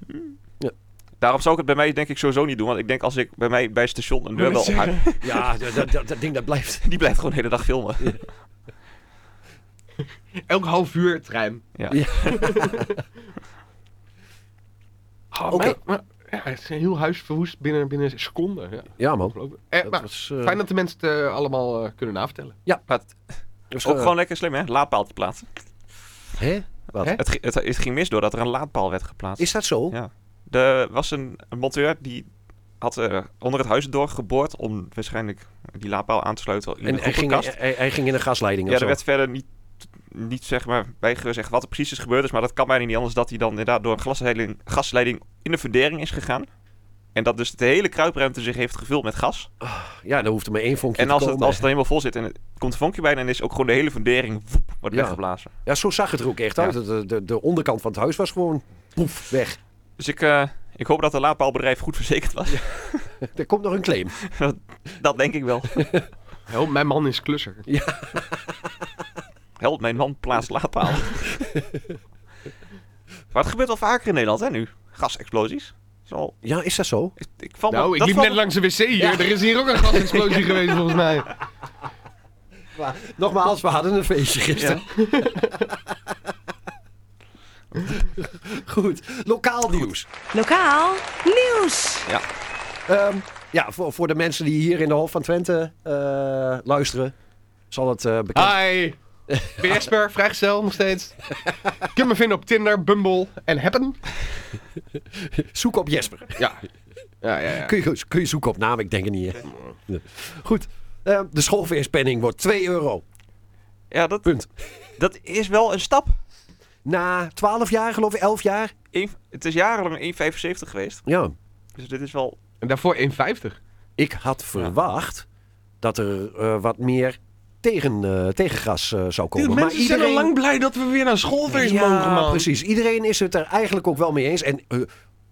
Hm. hmm. Ja. Daarom zou ik het bij mij denk ik sowieso niet doen. Want ik denk als ik bij mij bij het station een deurbel zeggen. ophang, ja, dat, dat, dat- dat ding dat blijft. die blijft gewoon de hele dag filmen. Elk half uur trein. Ja. Ja. Oh, Oké. maar- maar- ja, het is een heel huis verwoest binnen, binnen seconden. Ja, Ja, man. geloof ik. Eh, Dat maar was, eh, fijn dat de mensen het eh, allemaal eh, kunnen navertellen. Maar het was, is ook eh, gewoon lekker slim, hè? Laadpaaltje plaatsen. Hè? Wat? Hè? Het, gi- het, het ging mis doordat er een laadpaal werd geplaatst. Is dat zo? Ja. Er was een, een monteur die had eh, onder het huis doorgeboord om waarschijnlijk die laadpaal aan te sluiten in En de hij ging, koepelkast. hij, hij ging in een gasleiding Ja, of er zo. werd verder niet, niet zeg maar bij gezegd wat er precies is gebeurd is, maar dat kan bijna niet anders dat hij dan inderdaad door een glasleiding, gasleiding in de verdering is gegaan. En dat dus de hele kruipruimte zich heeft gevuld met gas. Ja, dan hoeft er maar één vonkje en als te het, komen. als het dan helemaal vol zit en het komt een vonkje bijna en is ook gewoon de hele verdering woep, wordt Ja. weggeblazen. Ja, zo zag het er ook echt Ja. uit. De, de, de onderkant van het huis was gewoon poef, weg. Dus ik, eh, ik hoop dat de laadpaalbedrijf goed verzekerd was. Er komt nog een claim. Dat denk ik wel. Help, mijn man is klusser. Help, mijn man plaatst laadpaal. maar het gebeurt al vaker in Nederland, hè, nu. Gasexplosies. Is al, Ja, is dat zo? ik, ik val me- nou, ik dat liep valt net me- langs de wc hier. Er is hier ook een gasexplosie geweest volgens mij. Nogmaals, we hadden een feestje gisteren. Goed, lokaal nieuws. Lokaal nieuws. Ehm, ja, voor, voor de mensen die hier in de Hof van Twente eh, luisteren, zal het eh, bekend Hi! Ik ben Jesper, vrijgezel nog steeds. Je kunt me vinden op Tinder, Bumble en Happen. Zoek op Jesper. Ja. Ja, ja, ja. Kun je, kun je zoeken op naam? Ik denk het niet. hè. Nee. Goed, ehm, de schoolveerspenning wordt 2 euro. Ja, dat, Punt. dat is wel een stap. Na 12 jaar, geloof ik, 11 jaar. Eén- het is jarenlang 1,75 geweest. Ja, Dus dit is wel... En daarvoor 1,50. ik had verwacht dat er eh, wat meer tegen, eh, tegengas eh, zou komen. maar iedereen... blij dat we weer naar schoolfeest ja, precies. Iedereen is het er eigenlijk ook wel mee eens. En eh,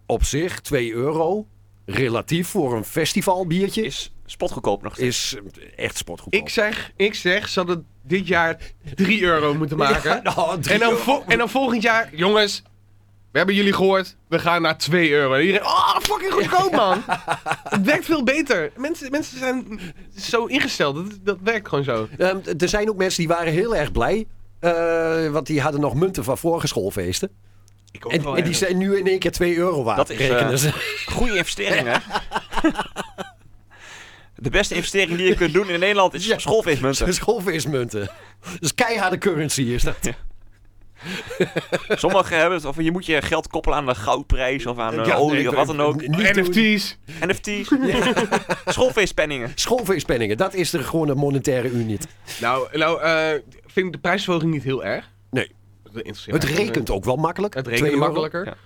op zich, 2 euro, relatief voor een festivalbiertje, is, Is spotgoedkoop nog steeds. is eh, echt sportgoedkoop. Ik zeg, ik zeg, ze hadden dit jaar 3 euro moeten maken. Ja, nou, drie en, dan euro. vol- en dan volgend jaar, jongens, we hebben jullie gehoord, we gaan naar 2 euro. En iedereen, oh, fucking goedkoop man. Het werkt veel beter. Mensen, mensen zijn zo ingesteld, dat, dat werkt gewoon zo. Ehm, d- er zijn ook mensen die waren heel erg blij. eh, want die hadden nog munten van vorige schoolfeesten. Ik ook En, en die zijn nu in één keer 2 euro waard. Dat is, eh, rekenen ze. Goede investering, hè? De beste investering die je kunt doen in Nederland is Ja. schoolfeestmunten. schoolfeestmunten. Dat is keiharde currency is dat. Sommigen hebben het, of je moet je geld koppelen aan de goudprijs of aan de Ja, olie nee, of wat dan ook. Niet doen. NFT's. NFT's. Schoolfeestpenningen. Schoolfeestpenningen, dat is er gewoon een monetaire unit. Nou, nou eh, vind ik de prijsverhoging niet heel erg. Nee. Dat interesseert Het mij niet. rekent ook wel makkelijk. Het Twee rekenen euro. makkelijker. Ja.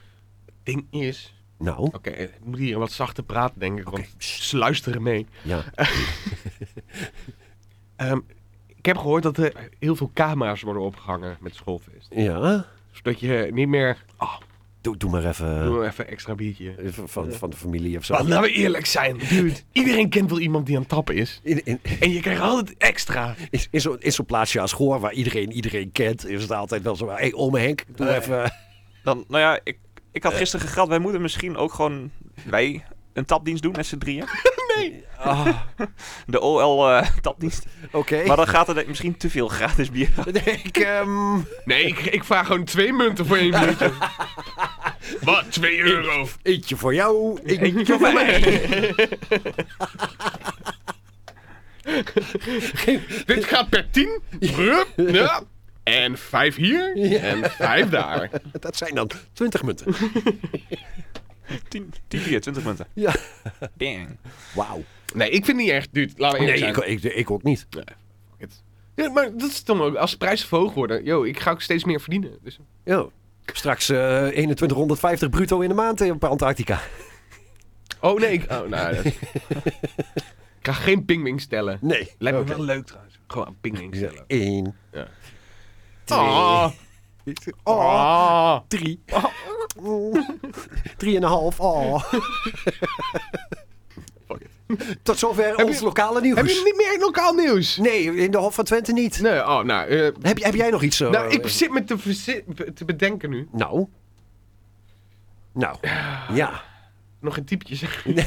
Het ding is, Nou, Oké, eh, ik moet hier wat zachter praten, denk ik, want ze luisteren mee. ja. Ehm, ik heb gehoord dat er heel veel camera's worden opgehangen met schoolfeest. ja. Zodat je niet meer... Oh, Doe, doe maar even doe maar even een extra biertje. eh, van, van de familie of zo. Maar laten we eerlijk zijn, dude. Iedereen kent wel iemand die aan het tappen is. In, in, En je krijgt altijd extra. is, is zo'n is zo'n plaatsje als Goor, waar iedereen iedereen kent, is het altijd wel zo. Hé, hey, ome Henk, doe even. eh, Dan, nou ja, ik, ik had gisteren gegrad. Wij moeten misschien ook gewoon... Wij een tapdienst doen met z'n drieën. Ah, De OL-tapdienst. Oké. maar dan gaat er denk ik misschien te veel gratis bier. Nee, ik, ehm, Nee, ik, ik vraag gewoon twee munten voor één biertje. Wat? Twee euro? eentje voor jou, eentje Voor mij. Dit gaat per tien? Rup, Ja. En vijf hier. En vijf daar. Dat zijn dan 20 munten. 10 bier, 20 minuten. Ja. Bang. Wauw. Nee, ik vind het niet echt duur. Laten we Nee, eerlijk ik, zijn. ik, ik ook niet. Ja, maar dat is dan ook, als de prijzen verhoogd worden, yo, ik ga ook steeds meer verdienen. Dus Ja. Straks eh 2150 bruto in de maand eh, op Antarctica. Oh nee, ik, oh, nou, dat- ik ga geen pingwing stellen. Nee. Lijkt me Oké. wel leuk trouwens. Gewoon pingwing stellen. Eén, Oh, oh, oh. drie. Mm. Drieënhalf, oh. Tot zover je- ons lokale nieuws. Heb je niet meer lokaal nieuws? Nee, in de Hof van Twente niet. Nee, oh, nou. eh, Heb, je- heb jij nog iets? eh, nou, ik zit me te, verzi- te bedenken nu. Nou. Nou. Ja. Nog een typetje zeggen.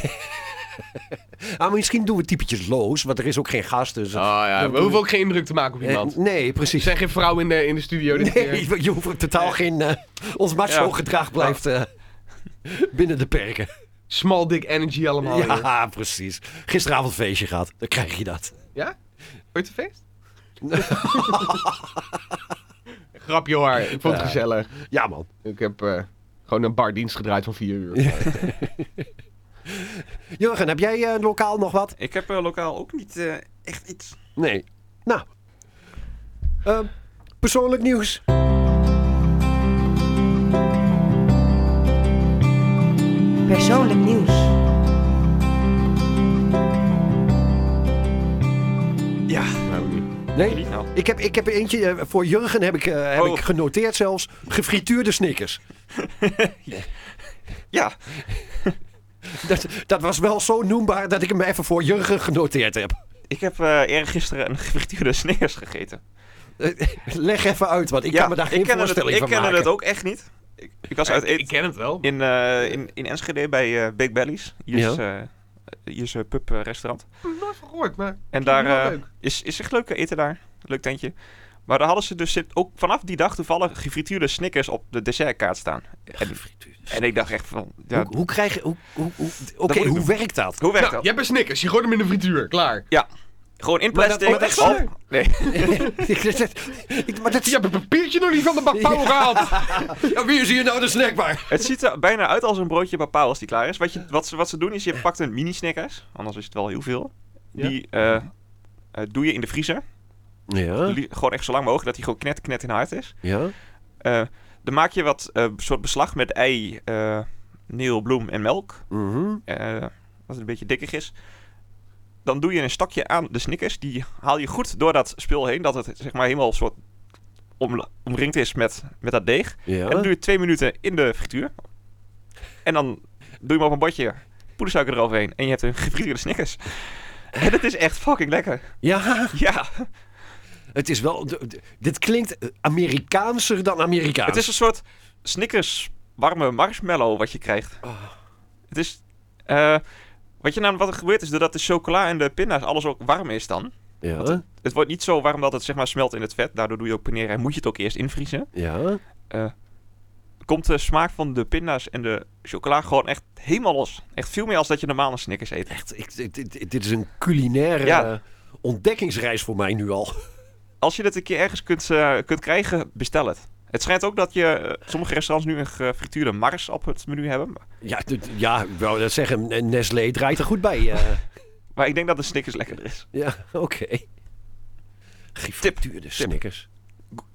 Ah, maar misschien doen we typetjes loos, want er is ook geen gast. Dus, Oh ja, we hoeven ook geen indruk te maken op Eh, iemand. nee, Er precies. zijn geen vrouwen in de, in de studio dit keer. Nee, je- je hoeft ook totaal geen... eh, ons macho Ja. gedrag blijft eh, binnen de perken. Small dick energy allemaal. hier. Ja, precies. Gisteravond feestje gehad, dan krijg je dat. Ja? Ooit een feest? Grapje hoor, ik vond het gezellig. Ja, man. Ik heb eh, gewoon een bardienst gedraaid van vier uur. Jurgen, heb jij eh, lokaal nog wat? Ik heb eh, lokaal ook niet eh, echt iets. Nee. Nou. Ehm, persoonlijk nieuws. Persoonlijk nieuws. Ja. Nee. Nou. Ik heb, ik heb eentje, eh, voor Jurgen heb ik, eh, heb Oh. ik genoteerd zelfs, gefrituurde snickers. Ja. Dat, dat was wel zo noembaar dat ik hem even voor Jurgen genoteerd heb. Ik heb eh eerder gisteren een gefrituurde sneers gegeten. Eh, Leg even uit, want ik ja, kan me daar geen ik kende voorstelling het, van Ik kende maken. het ook echt niet. Ik, ik was uit eten ken het wel. in, eh, in, in Enschede bij eh, Big Bellies. Hier is, eh hier is een pub eh, restaurant. nooit van gehoord, maar... En daar Wel eh, leuk. is, is echt leuk eten daar. Leuk tentje. Maar daar hadden ze dus zit- ook vanaf die dag toevallig gefrituurde snickers op de dessertkaart staan. En, en ik dacht echt van, ja, Hoe, hoe krijg je... Hoe, hoe, hoe, Oké, moet ik hoe doen. werkt dat? hoe werkt Nou, dat? je hebt een Snickers, je gooit hem in de frituur, klaar. Gewoon in Maar dat- plastic. oh, echt waar? op- nee. Ik- maar dat Je hebt een papiertje nog niet van de bakpauw gehaald. Ja, wie is hier nou de snackbar? Het ziet er bijna uit als een broodje papaal als die klaar is. Wat, je, wat, ze, wat ze doen is, je pakt een mini Snickers, anders is het wel heel veel. Die eh, eh, doe je in de vriezer. Ja, Li- Gewoon echt zo lang mogelijk, dat hij gewoon knet, knet in hard is. ja. Eh, dan maak je wat eh, soort beslag met ei, eh neel, bloem en melk. mhm. eh, wat een beetje dikker is. Dan doe je een stokje aan de Snickers. Die haal je goed door dat spul heen, dat het zeg maar helemaal soort om, omringd is met, met dat deeg. ja. En dan doe je twee minuten in de frituur. En dan doe je hem op een bordje. Poedersuiker eroverheen. En je hebt een gefrituurde Snickers. En het is echt fucking lekker. Ja, Ja, het is wel... d- d- Dit klinkt eh, Amerikaanser dan Amerikaans. het is een soort Snickers warme marshmallow wat je krijgt. Het is... eh, wat, je namelijk, wat er gebeurt is, doordat de chocola en de pinda's alles ook warm is dan. Ja, Het wordt niet zo warm dat het zeg maar smelt in het vet. Daardoor doe je ook paneren en moet je het ook eerst invriezen. ja. Komt de smaak van de pinda's en de chocola gewoon echt helemaal los. Echt veel meer als dat je normaal een Snickers eet. Echt, ik, dit, dit- dit is een culinaire Ja. eh, ontdekkingsreis voor mij nu al. Als je dit een keer ergens kunt, eh, kunt krijgen, bestel het. Het schijnt ook dat je eh, sommige restaurants nu een gefrituurde mars op het menu hebben. Ja, dit- ja ik wou dat zeggen, eh, Nestlé draait er goed bij. eh. Maar ik denk dat de Snickers lekkerder is. ja, oké. Gefrituurde Snickers.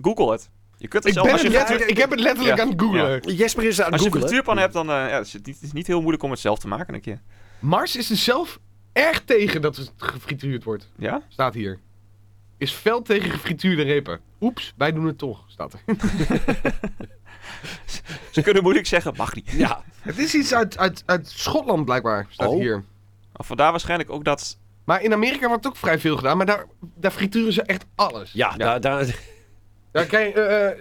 Google het. Je kunt er Ik, zelf, ben als je, het een letterlijk- frituur- ik heb het letterlijk Ja. aan het googlen. Jesper is als je aan het een googelen. frituurpan hebt, dan eh, ja, het is het niet, het is niet heel moeilijk om het zelf te maken een keer. Mars is er zelf erg tegen dat het gefrituurd wordt. Ja? Staat hier. Is fel tegen gefrituurde repen. Oeps, wij doen het toch, staat er. Ze kunnen moeilijk zeggen, mag niet. Ja, Het is iets uit, uit, uit Schotland blijkbaar, staat Oh. hier. Maar vandaar waarschijnlijk ook dat... Maar in Amerika wordt ook vrij veel gedaan, maar daar, daar frituren ze echt alles. ja, Daar, daar, Daar kan je, eh, eh,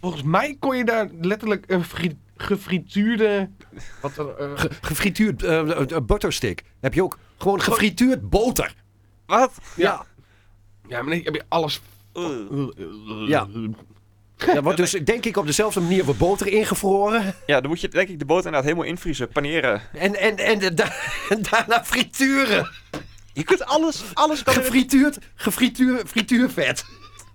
volgens mij kon je daar letterlijk een fri- gefrituurde... Wat, er, eh, ge- gefrituurd eh, eh, eh, butterstick. Heb je ook gewoon gefrituurd boter. Wat? Ja, ja, maar nee, heb je alles... Oeh. ja. ja wordt dus denk ik op dezelfde manier wordt boter ingevroren. Ja, dan moet je denk ik de boter inderdaad helemaal invriezen, paneren. En, en, en, eh, da- en daarna frituren. Je kunt alles, alles kan in, Gefrituurd, gefrituurd frituurvet.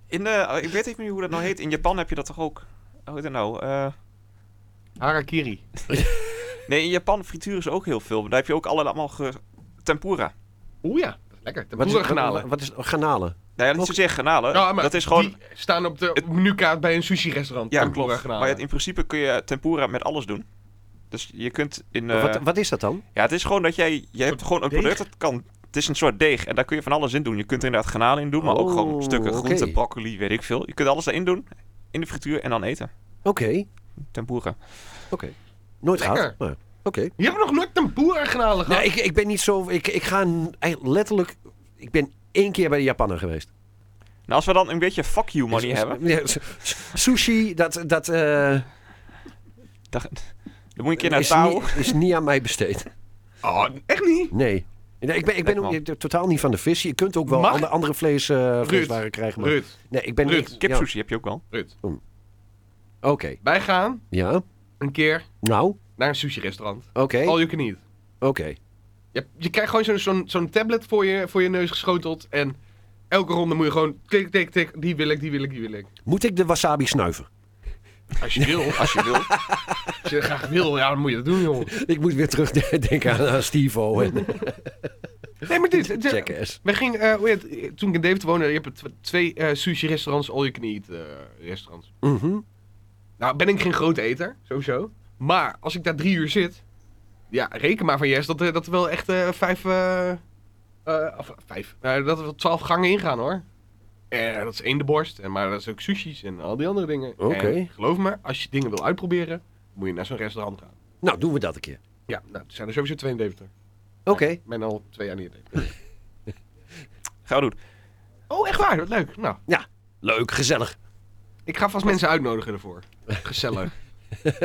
in de... oh, Ik weet even niet hoe dat nou heet. In Japan heb je dat toch ook? Hoe heet dat nou? Eh, Harakiri. nee, in Japan frituren ze ook heel veel. Daar heb je ook alle- allemaal ge, tempura. Oeh ja, dat is lekker. Wat is, Tempura wat, garnalen. wat is garnalen? Nou ja, niet zozeer garnalen. Ja, maar dat is gewoon... Die staan op de menukaart bij een sushi-restaurant. Ja, Tempura klopt. garnalen. Maar ja, in principe kun je tempura met alles doen. Dus je kunt in... eh, Wat, wat is dat dan? Ja, het is gewoon dat jij... Je hebt gewoon een product dat kan... Het is een soort deeg en daar kun je van alles in doen. Je kunt er inderdaad garnalen in doen, maar ook gewoon Oh, stukken oké. groente, broccoli, weet ik veel. Je kunt alles daarin doen, in de frituur en dan eten. Oké, Tempura. oké. Nooit Lekker. gehad, maar oké. Je hebt nog nooit tempura garnalen gehad? Nou, ik, ik ben niet zo... Ik, ik ga n- eigenlijk letterlijk... Ik ben één keer bij de Japaner geweest. Dus- Nou, als we dan een beetje fuck you money hebben, Ja, s- s- sushi, dat, dat eh, dan, dan moet je een keer naar is, Tao. niet, is niet aan mij besteed. Oh, echt niet? Nee. Nee, Ik ben, ik ben Lekker, ook man. eh, totaal niet van de vis. Je kunt ook wel Mag- ander- andere vlees, eh vleeswaren krijgen. Maar... Rut, Nee, ik ben... Ruud, ik- ja, Kipsushi heb je ook wel. Rut. Oké, Wij gaan ja. een keer Nou, naar een sushi-restaurant. oké, All oké. you can eat. Je, je krijgt gewoon zo'n zo'n zo'n tablet voor je, voor je neus geschoteld. En elke ronde moet je gewoon tik, tik, tik. Die wil ik, die wil ik, die wil ik. Moet ik de wasabi snuiven? Als je wil. Als je wil. Als je dat graag wil, ja, dan moet je dat doen, joh. Ik moet weer terugdenken aan, aan Steve-O en Nee, maar dit... dit- Jackass. We gingen, eh, hoe heet het, toen ik in David woonde, je hebt tw- twee eh, sushi-restaurants, all you can eat eh, restaurants. Mhm. Nou, ben ik geen grote eter, sowieso. Maar als ik daar drie uur zit, ja, reken maar van Jes dat, er- dat er wel echt eh, vijf, eh, eh, of, vijf, nou, dat er wel twaalf gangen ingaan hoor. En dat is één de borst, en, maar dat is ook sushi's en al die andere dingen. Oké. En Geloof me, als je dingen wil uitproberen, moet je naar zo'n restaurant gaan. Nou, doen we dat een keer. Ja, nou, er zijn er sowieso 72. Oké. Ik ben al twee jaar niet in Deventer. Gaan we doen. Oh, echt waar, wat leuk. Nou, Leuk, gezellig. ik ga vast mensen uitnodigen ervoor. Gezellig.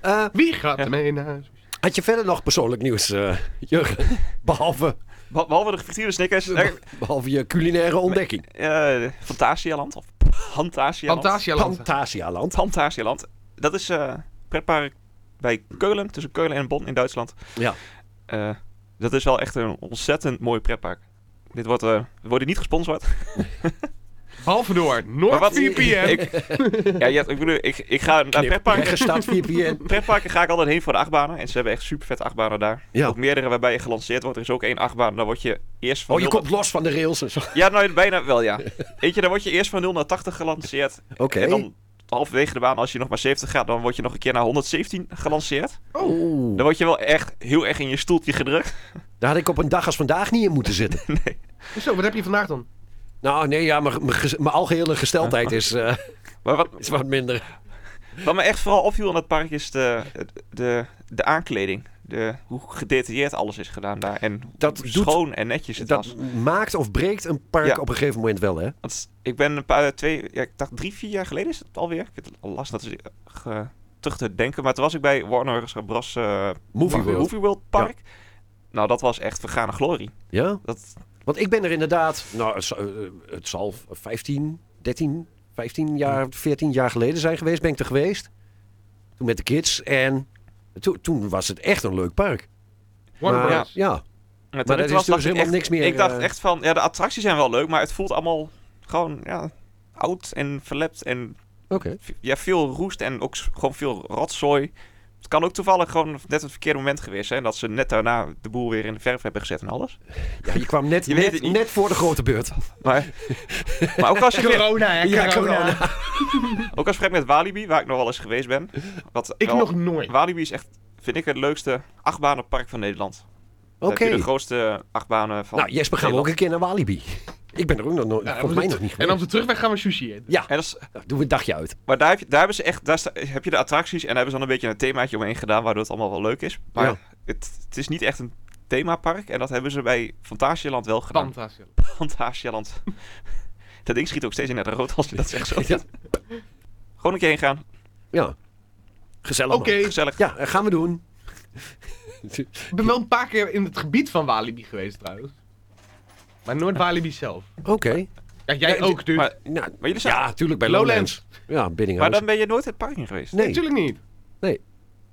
Eh, Wie gaat er mee naar... had je verder nog persoonlijk nieuws, eh, Jurgen? Behalve, Beh- Behalve de gefrituurde snickers. eh, behalve je culinaire ontdekking. eh, Fantasialand of Fantasialand. Fantasialand. Fantasialand. Fantasialand. Dat is eh pretpark bij Keulen, tussen Keulen en Bonn in Duitsland. Ja. Eh, dat is wel echt een ontzettend mooi pretpark. Dit wordt, eh, we worden niet gesponsord. Halve door, Maar Noord wat- 4 p.m. Ik, ja, ja, ik bedoel, ik, ik ga naar pretparken. Regenstad, VPN. Pretparken ga ik altijd heen voor de achtbanen. En ze hebben echt super vet achtbanen daar. Ja. Ook meerdere waarbij je gelanceerd wordt. Er is ook één achtbaan. Dan word je eerst van Oh, je nul komt los van de rails en zo. Ja, nou, bijna wel, ja. Eentje, dan word je eerst van 0 naar 80 gelanceerd. Oké. En dan halverwege de baan, als je nog maar 70 gaat, dan word je nog een keer naar 117 gelanceerd. Oeh. Dan word je wel echt heel erg in je stoeltje gedrukt. Daar had ik op een dag als vandaag niet in moeten zitten. Zo, wat heb je vandaag dan? Nou, nee, ja, mijn- mijn gez- mijn algehele gesteldheid is, eh, Maar wat, is wat minder. wat me echt vooral opviel aan dat park is de, de, de aankleding. De, hoe gedetailleerd alles is gedaan daar. En hoe Dat doet- schoon en netjes het was. Dat maakt of breekt een park Ja. op een gegeven moment wel, hè? Want ik ben een paar, twee, ja, ik dacht drie, vier jaar geleden is het alweer. Ik heb het al last dat is eh, ge- terug te denken. Maar toen was ik bij Warner Bros. eh, Movie World. Movie World Park. Nou, dat was echt vergane glorie. Ja? Dat, Want ik ben er inderdaad, nou, het zal- eh, het zal 15, 13, 15 jaar, 14 jaar geleden zijn geweest, ben ik er geweest. Toen met de kids en to- toen was het echt een leuk park. Warner Maar- Bros. Ja, maar dat is dus helemaal niks meer, Ik dacht eh, echt van, ja, de attracties zijn wel leuk, maar het voelt allemaal gewoon, ja, oud en verlept en oké. v- ja, veel roest en ook s- gewoon veel rotzooi. Het kan ook toevallig gewoon net het verkeerde moment geweest zijn. Dat ze net daarna de boel weer in de verf hebben gezet en alles. Ja, je kwam net, Je weet net, het niet. net voor de grote beurt. Maar, maar ook als je weer- Corona, hè? Ja, Ook als vergelijk met Walibi, waar ik nog wel eens geweest ben. Wat Ik wel- nog nooit. Walibi is echt, vind ik, het leukste achtbanenpark van Nederland. Oké. Oké. de grootste achtbanen van Nou, Jesper, gaan we ook een keer naar Walibi. Ik ben er ook nog nooit, Ja, volgens mij nog niet en op geweest. de terugweg gaan we sushi eten. Ja, En dat is- nou, doen we een dagje uit. maar daar, heb je, daar hebben ze echt, daar sta- heb je de attracties en daar hebben ze dan een beetje een themaatje omheen gedaan, waardoor het allemaal wel leuk is. Maar Ja. het, het is niet echt een themapark en dat hebben ze bij Fantasialand wel gedaan. Fantastisch. Fantasialand. dat ding schiet ook steeds in het rood als je dat zegt zo. Ja. Gewoon een keer heen gaan, Ja. Gezellig. Oké, man. gezellig. Ja, eh, gaan we doen. ik ben wel een paar keer in het gebied van Walibi geweest trouwens. Maar nooit Walibi zelf. Oké. Ja, jij Ja, ook, dus. dude. maar- Nou, Maar jullie zijn, ja, tuurlijk bij Lowlands. Lowlands. Ja, dus- maar Biddinghuis. dan ben je nooit het park in geweest. Nee, Natuurlijk niet. Nee.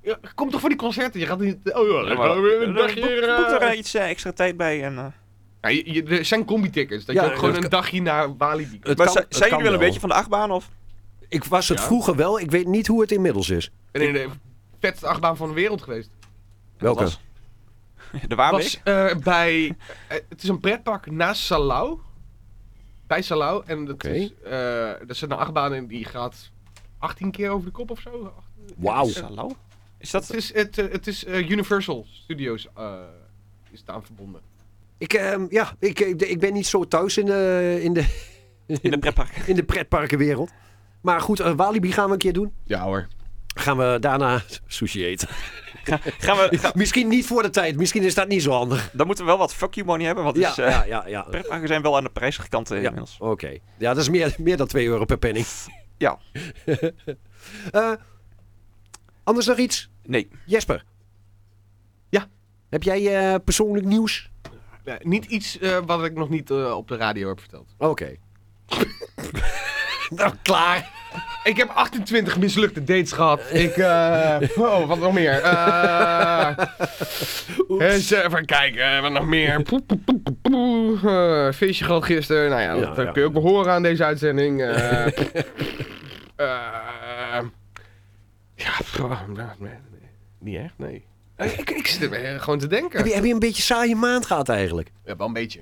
Ja, kom toch voor die concerten? Je gaat niet. Oh ja, Ja, dan maar- gaan we weer een dan dagje. boek- eh, boek er iets eh, extra tijd bij en... eh, Ja, je- je- er zijn combi-tickets. Dat Ja, je ook gewoon dat een kan- dagje naar Walibi. het maar kan- zi- het zijn kan jullie wel een wel. beetje van de achtbaan of? Ik was het Ja. vroeger wel. Ik weet niet hoe het inmiddels is. En in de vetste achtbaan van de wereld geweest. Welke? was- De Waarbeek? was eh, bij. eh, het is een pretpark naast Salau. Bij Salau. En dat Oké. is, eh, er zit een achtbaan in die gaat 18 keer over de kop of zo. Wauw. Salau? Is dat... Het is, het, eh, het is eh, Universal Studios eh is daaraan verbonden. Ik, ehm, ja, ik, ik, ik ben niet zo thuis in de, in de, In de pretpark. in de pretparkenwereld. Maar goed, eh, Walibi gaan we een keer doen. Ja hoor. Gaan we daarna sushi eten. Gaan we, ga- Misschien niet voor de tijd. Misschien is dat niet zo handig. dan moeten we wel wat fuck you money hebben, want Ja, dus, eh, ja, ja. ja. pretparken zijn wel aan de prijzige kant eh, Ja. inmiddels. Oké. Ja, dat is meer, meer dan 2 euro per penning. Ja. Eh, anders nog iets? Nee. Jesper. Ja? Heb jij eh, persoonlijk nieuws? niet iets eh, wat ik nog niet eh, op de radio heb verteld. Oké. nou, klaar. Ik heb 28 mislukte dates gehad. Ik, eh. oh, wat nog meer? Eh. eens even kijken, eh, wat nog meer? Poe, poe, poe, poe, poe. Eh, feestje gehad gisteren. Nou ja, Ja, dat eh, ja. kun je ook wel horen aan deze uitzending. Eh, eh, ja, pff, nou, nee, nee. niet echt, nee. Eh, Ik, ik zit er weer gewoon te denken. Heb je, heb je een beetje saaie maand gehad eigenlijk? Ja, wel een beetje.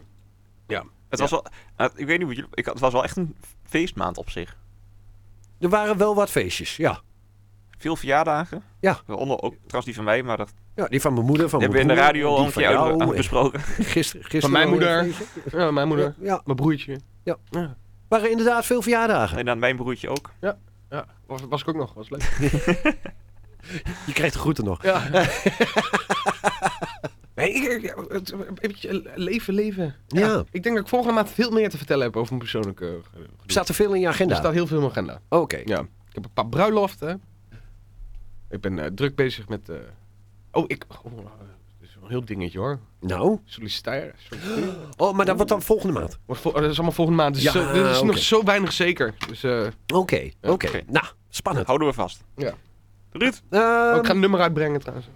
Het was wel... eh, ik weet niet hoe jullie... Ik, had- het was wel echt een feestmaand op zich. Er waren wel wat feestjes, ja. Veel verjaardagen. Ja. Waaronder ook trouwens die van mij, maar dat ja die van mijn moeder, van mijn hebben we in de broer, radio al Oh, die een van keer uit- jou eh. aan en besproken. Gister, gisteren Van mijn nog een moeder. feestje. Ja, mijn moeder, Ja, mijn broertje. waren inderdaad veel verjaardagen. En aan mijn broertje ook. Ja, was, was ik ook nog, was leuk. Je krijgt de groeten nog. Ja. nee, ik, ik- het, een beetje leven, leven. Ja. Ik denk dat ik volgende maand veel meer te vertellen heb over mijn persoonlijke eh, gedoe. Staat er veel in je Er agenda? staat heel veel in mijn agenda. Oké. Ja. Ik heb een paar bruiloften. Ik ben eh, druk bezig met... eh, Oh, ik... Oh, eh, dit is wel een heel dingetje hoor. Nou. Solliciteren. solliciteren. Oh, maar dat wordt dan volgende maand. Maar vol- eh, dat is allemaal volgende maand. Dus Ja, zo- er is nog oké. zo weinig zeker. Dus eh, Oké, oké. oké. Nou, spannend. Houden we vast. Ja. Ruud, oh, Ehm, ik ga een nummer uitbrengen trouwens.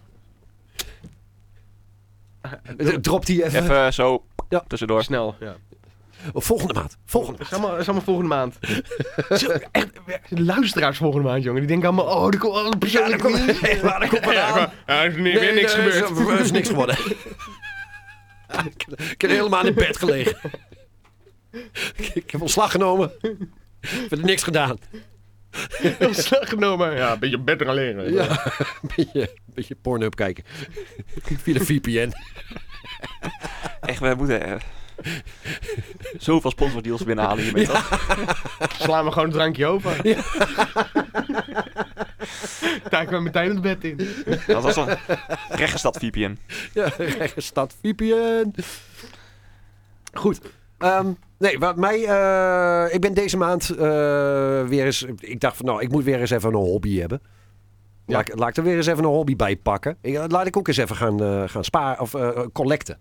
d- Drop die even. even eh, zo Ja. tussendoor. Snel, ja. Volgende maand. Volgende Het is allemaal, het is allemaal volgende maand. Zo, echt, luisteraars volgende maand, jongen. Die denken allemaal, oh, er komt al een persoonlijke nieuws. maand. Waar komt het aan? Ja, er is ni- Nee, weer niks er is- gebeurd. Er is niks geworden. ik, heb- ik heb helemaal in bed gelegen. ik, ik heb ontslag genomen. Ik heb niks gedaan. Heel slag genomen. Ja, een beetje beter alleen. Ja. Ja, een beetje, een beetje porno kijken. Via de VPN. Echt, we moeten... eh, zoveel sponsordeals binnenhalen hiermee. toch? Sla me gewoon een drankje open. Ja. Taak me meteen het bed in. Dat was dan rechtgestad VPN. Ja, regenstad VPN. Goed. Ehm, nee, wat mij, eh, ik ben deze maand eh, weer eens. Ik dacht van nou, ik moet weer eens even een hobby hebben. Ja. Laat, ik- laat ik er weer eens even een hobby bij pakken. Ik- eh, laat ik ook eens even gaan, eh, gaan sparen of eh, collecten.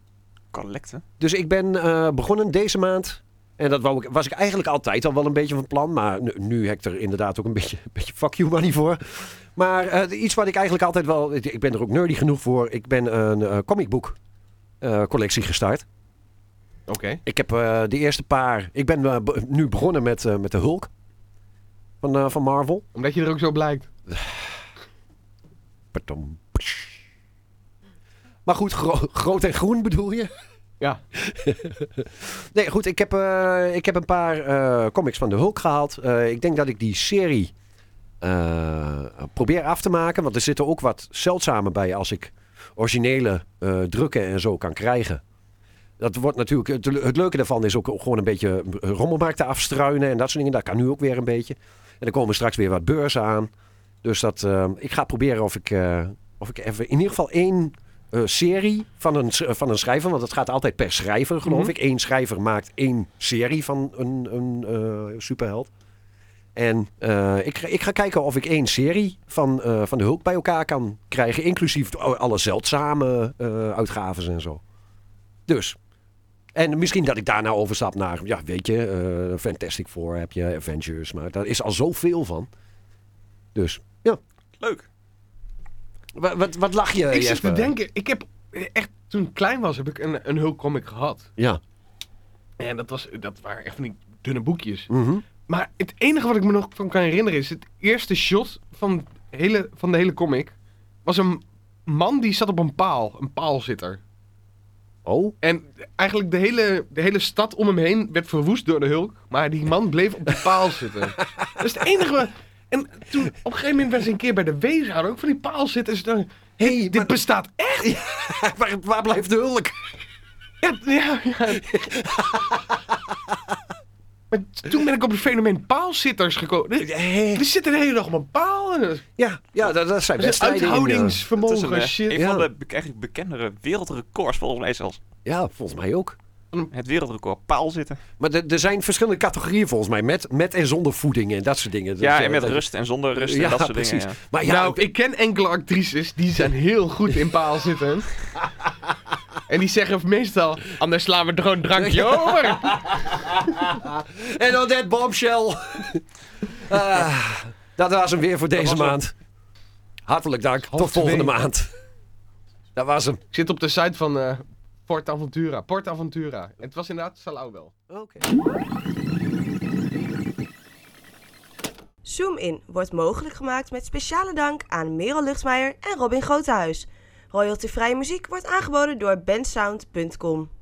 Collecten. Dus ik ben eh, begonnen deze maand. En dat wou ik, was ik eigenlijk altijd al wel een beetje van plan. Maar nu, nu heb ik er inderdaad ook een beetje, een beetje fuck you money voor. Maar eh, iets wat ik eigenlijk altijd wel... Ik ben er ook nerdy genoeg voor. Ik ben een eh, comicboek eh, collectie gestart. Oké. Ik heb eh, de eerste paar... Ik ben eh, be- nu begonnen met, eh, met de Hulk. Van, eh, van Marvel. Omdat je er ook zo blijkt. Tom. Maar goed, gro- groot en groen bedoel je? Ja. nee, goed, ik heb, eh, ik heb een paar eh, comics van de Hulk gehaald. Eh, ik denk dat ik die serie eh, probeer af te maken. Want er zitten ook wat zeldzame bij als ik originele eh, drukken en zo kan krijgen. Dat wordt natuurlijk, het, het leuke daarvan is ook gewoon een beetje eh, rommelmarkten afstruinen en dat soort dingen. Dat kan nu ook weer een beetje. En er komen straks weer wat beurzen aan. Dus dat, eh, ik ga proberen of ik, eh, of ik even in ieder geval één eh, serie van een, s- eh, van een schrijver. Want het gaat altijd per schrijver, geloof Mhm. ik. Eén schrijver maakt één serie van een, een eh, superheld. En eh, ik, ga- ik ga kijken of ik één serie van, eh, van de hulp bij elkaar kan krijgen. Inclusief oh, alle zeldzame eh uitgaves en zo. Dus. En misschien dat ik daarna overstap naar, ja, weet je, eh, Fantastic Four heb je, Avengers. Maar daar is al zoveel van. Dus, ja. Leuk. Wat, wat, wat lach je, ik zit Jesper? te denken, ik heb eh, echt, toen ik klein was, heb ik een, een Hulk comic gehad. Ja. En dat, was, dat waren echt van die dunne boekjes. Mhm. Maar het enige wat ik me nog van kan herinneren is het eerste shot van, hele, van de hele comic. Was een man die zat op een paal, een paalzitter. Oh, En eigenlijk de hele, de hele stad om hem heen werd verwoest door de Hulk. Maar die man bleef op de paal zitten. Dat is het enige. wat- En toen op een gegeven moment was ik een keer bij de weeshouder ook van die paal zitten. En ze dachten, hé, hey, dit bestaat echt. waar, waar blijft de hulk? Ja, ja, ja. maar toen ben ik op het fenomeen paalzitters gekomen. Er- Er zitten de hele dag op een paal. en Dat Eh, Ja, ja dat, dat zijn is een wedstrijden. in, eh, Het is uithoudingsvermogen. een, eh, shit. een ja. van de bek- eigenlijk bekendere wereldrecords, volgens mij zelfs. eh. ja, volgens mij ook. Het wereldrecord paal zitten. Maar er- er zijn verschillende categorieën volgens mij. Met, met en zonder voeding en dat soort dingen. Dus, Ja, eh, en met dat- rust en zonder rust en Ja, dat soort precies. dingen. ja. Maar ja, nou, ik ken enkele actrices die zijn heel goed in paal zitten. en die zeggen meestal, anders slaan we er gewoon een drankje over. En dan dat bombshell. Ah, dat was hem weer voor deze was hem. maand. Hartelijk dank. Half Tot volgende twee. maand. Dat was hem. Ik zit op de site van eh Port Aventura. Port Aventura. Het was inderdaad Salau wel. Zoom In wordt mogelijk gemaakt met speciale dank aan Merel Luchtmeijer en Robin Grotehuis. Royaltyvrije muziek wordt aangeboden door bensound.com.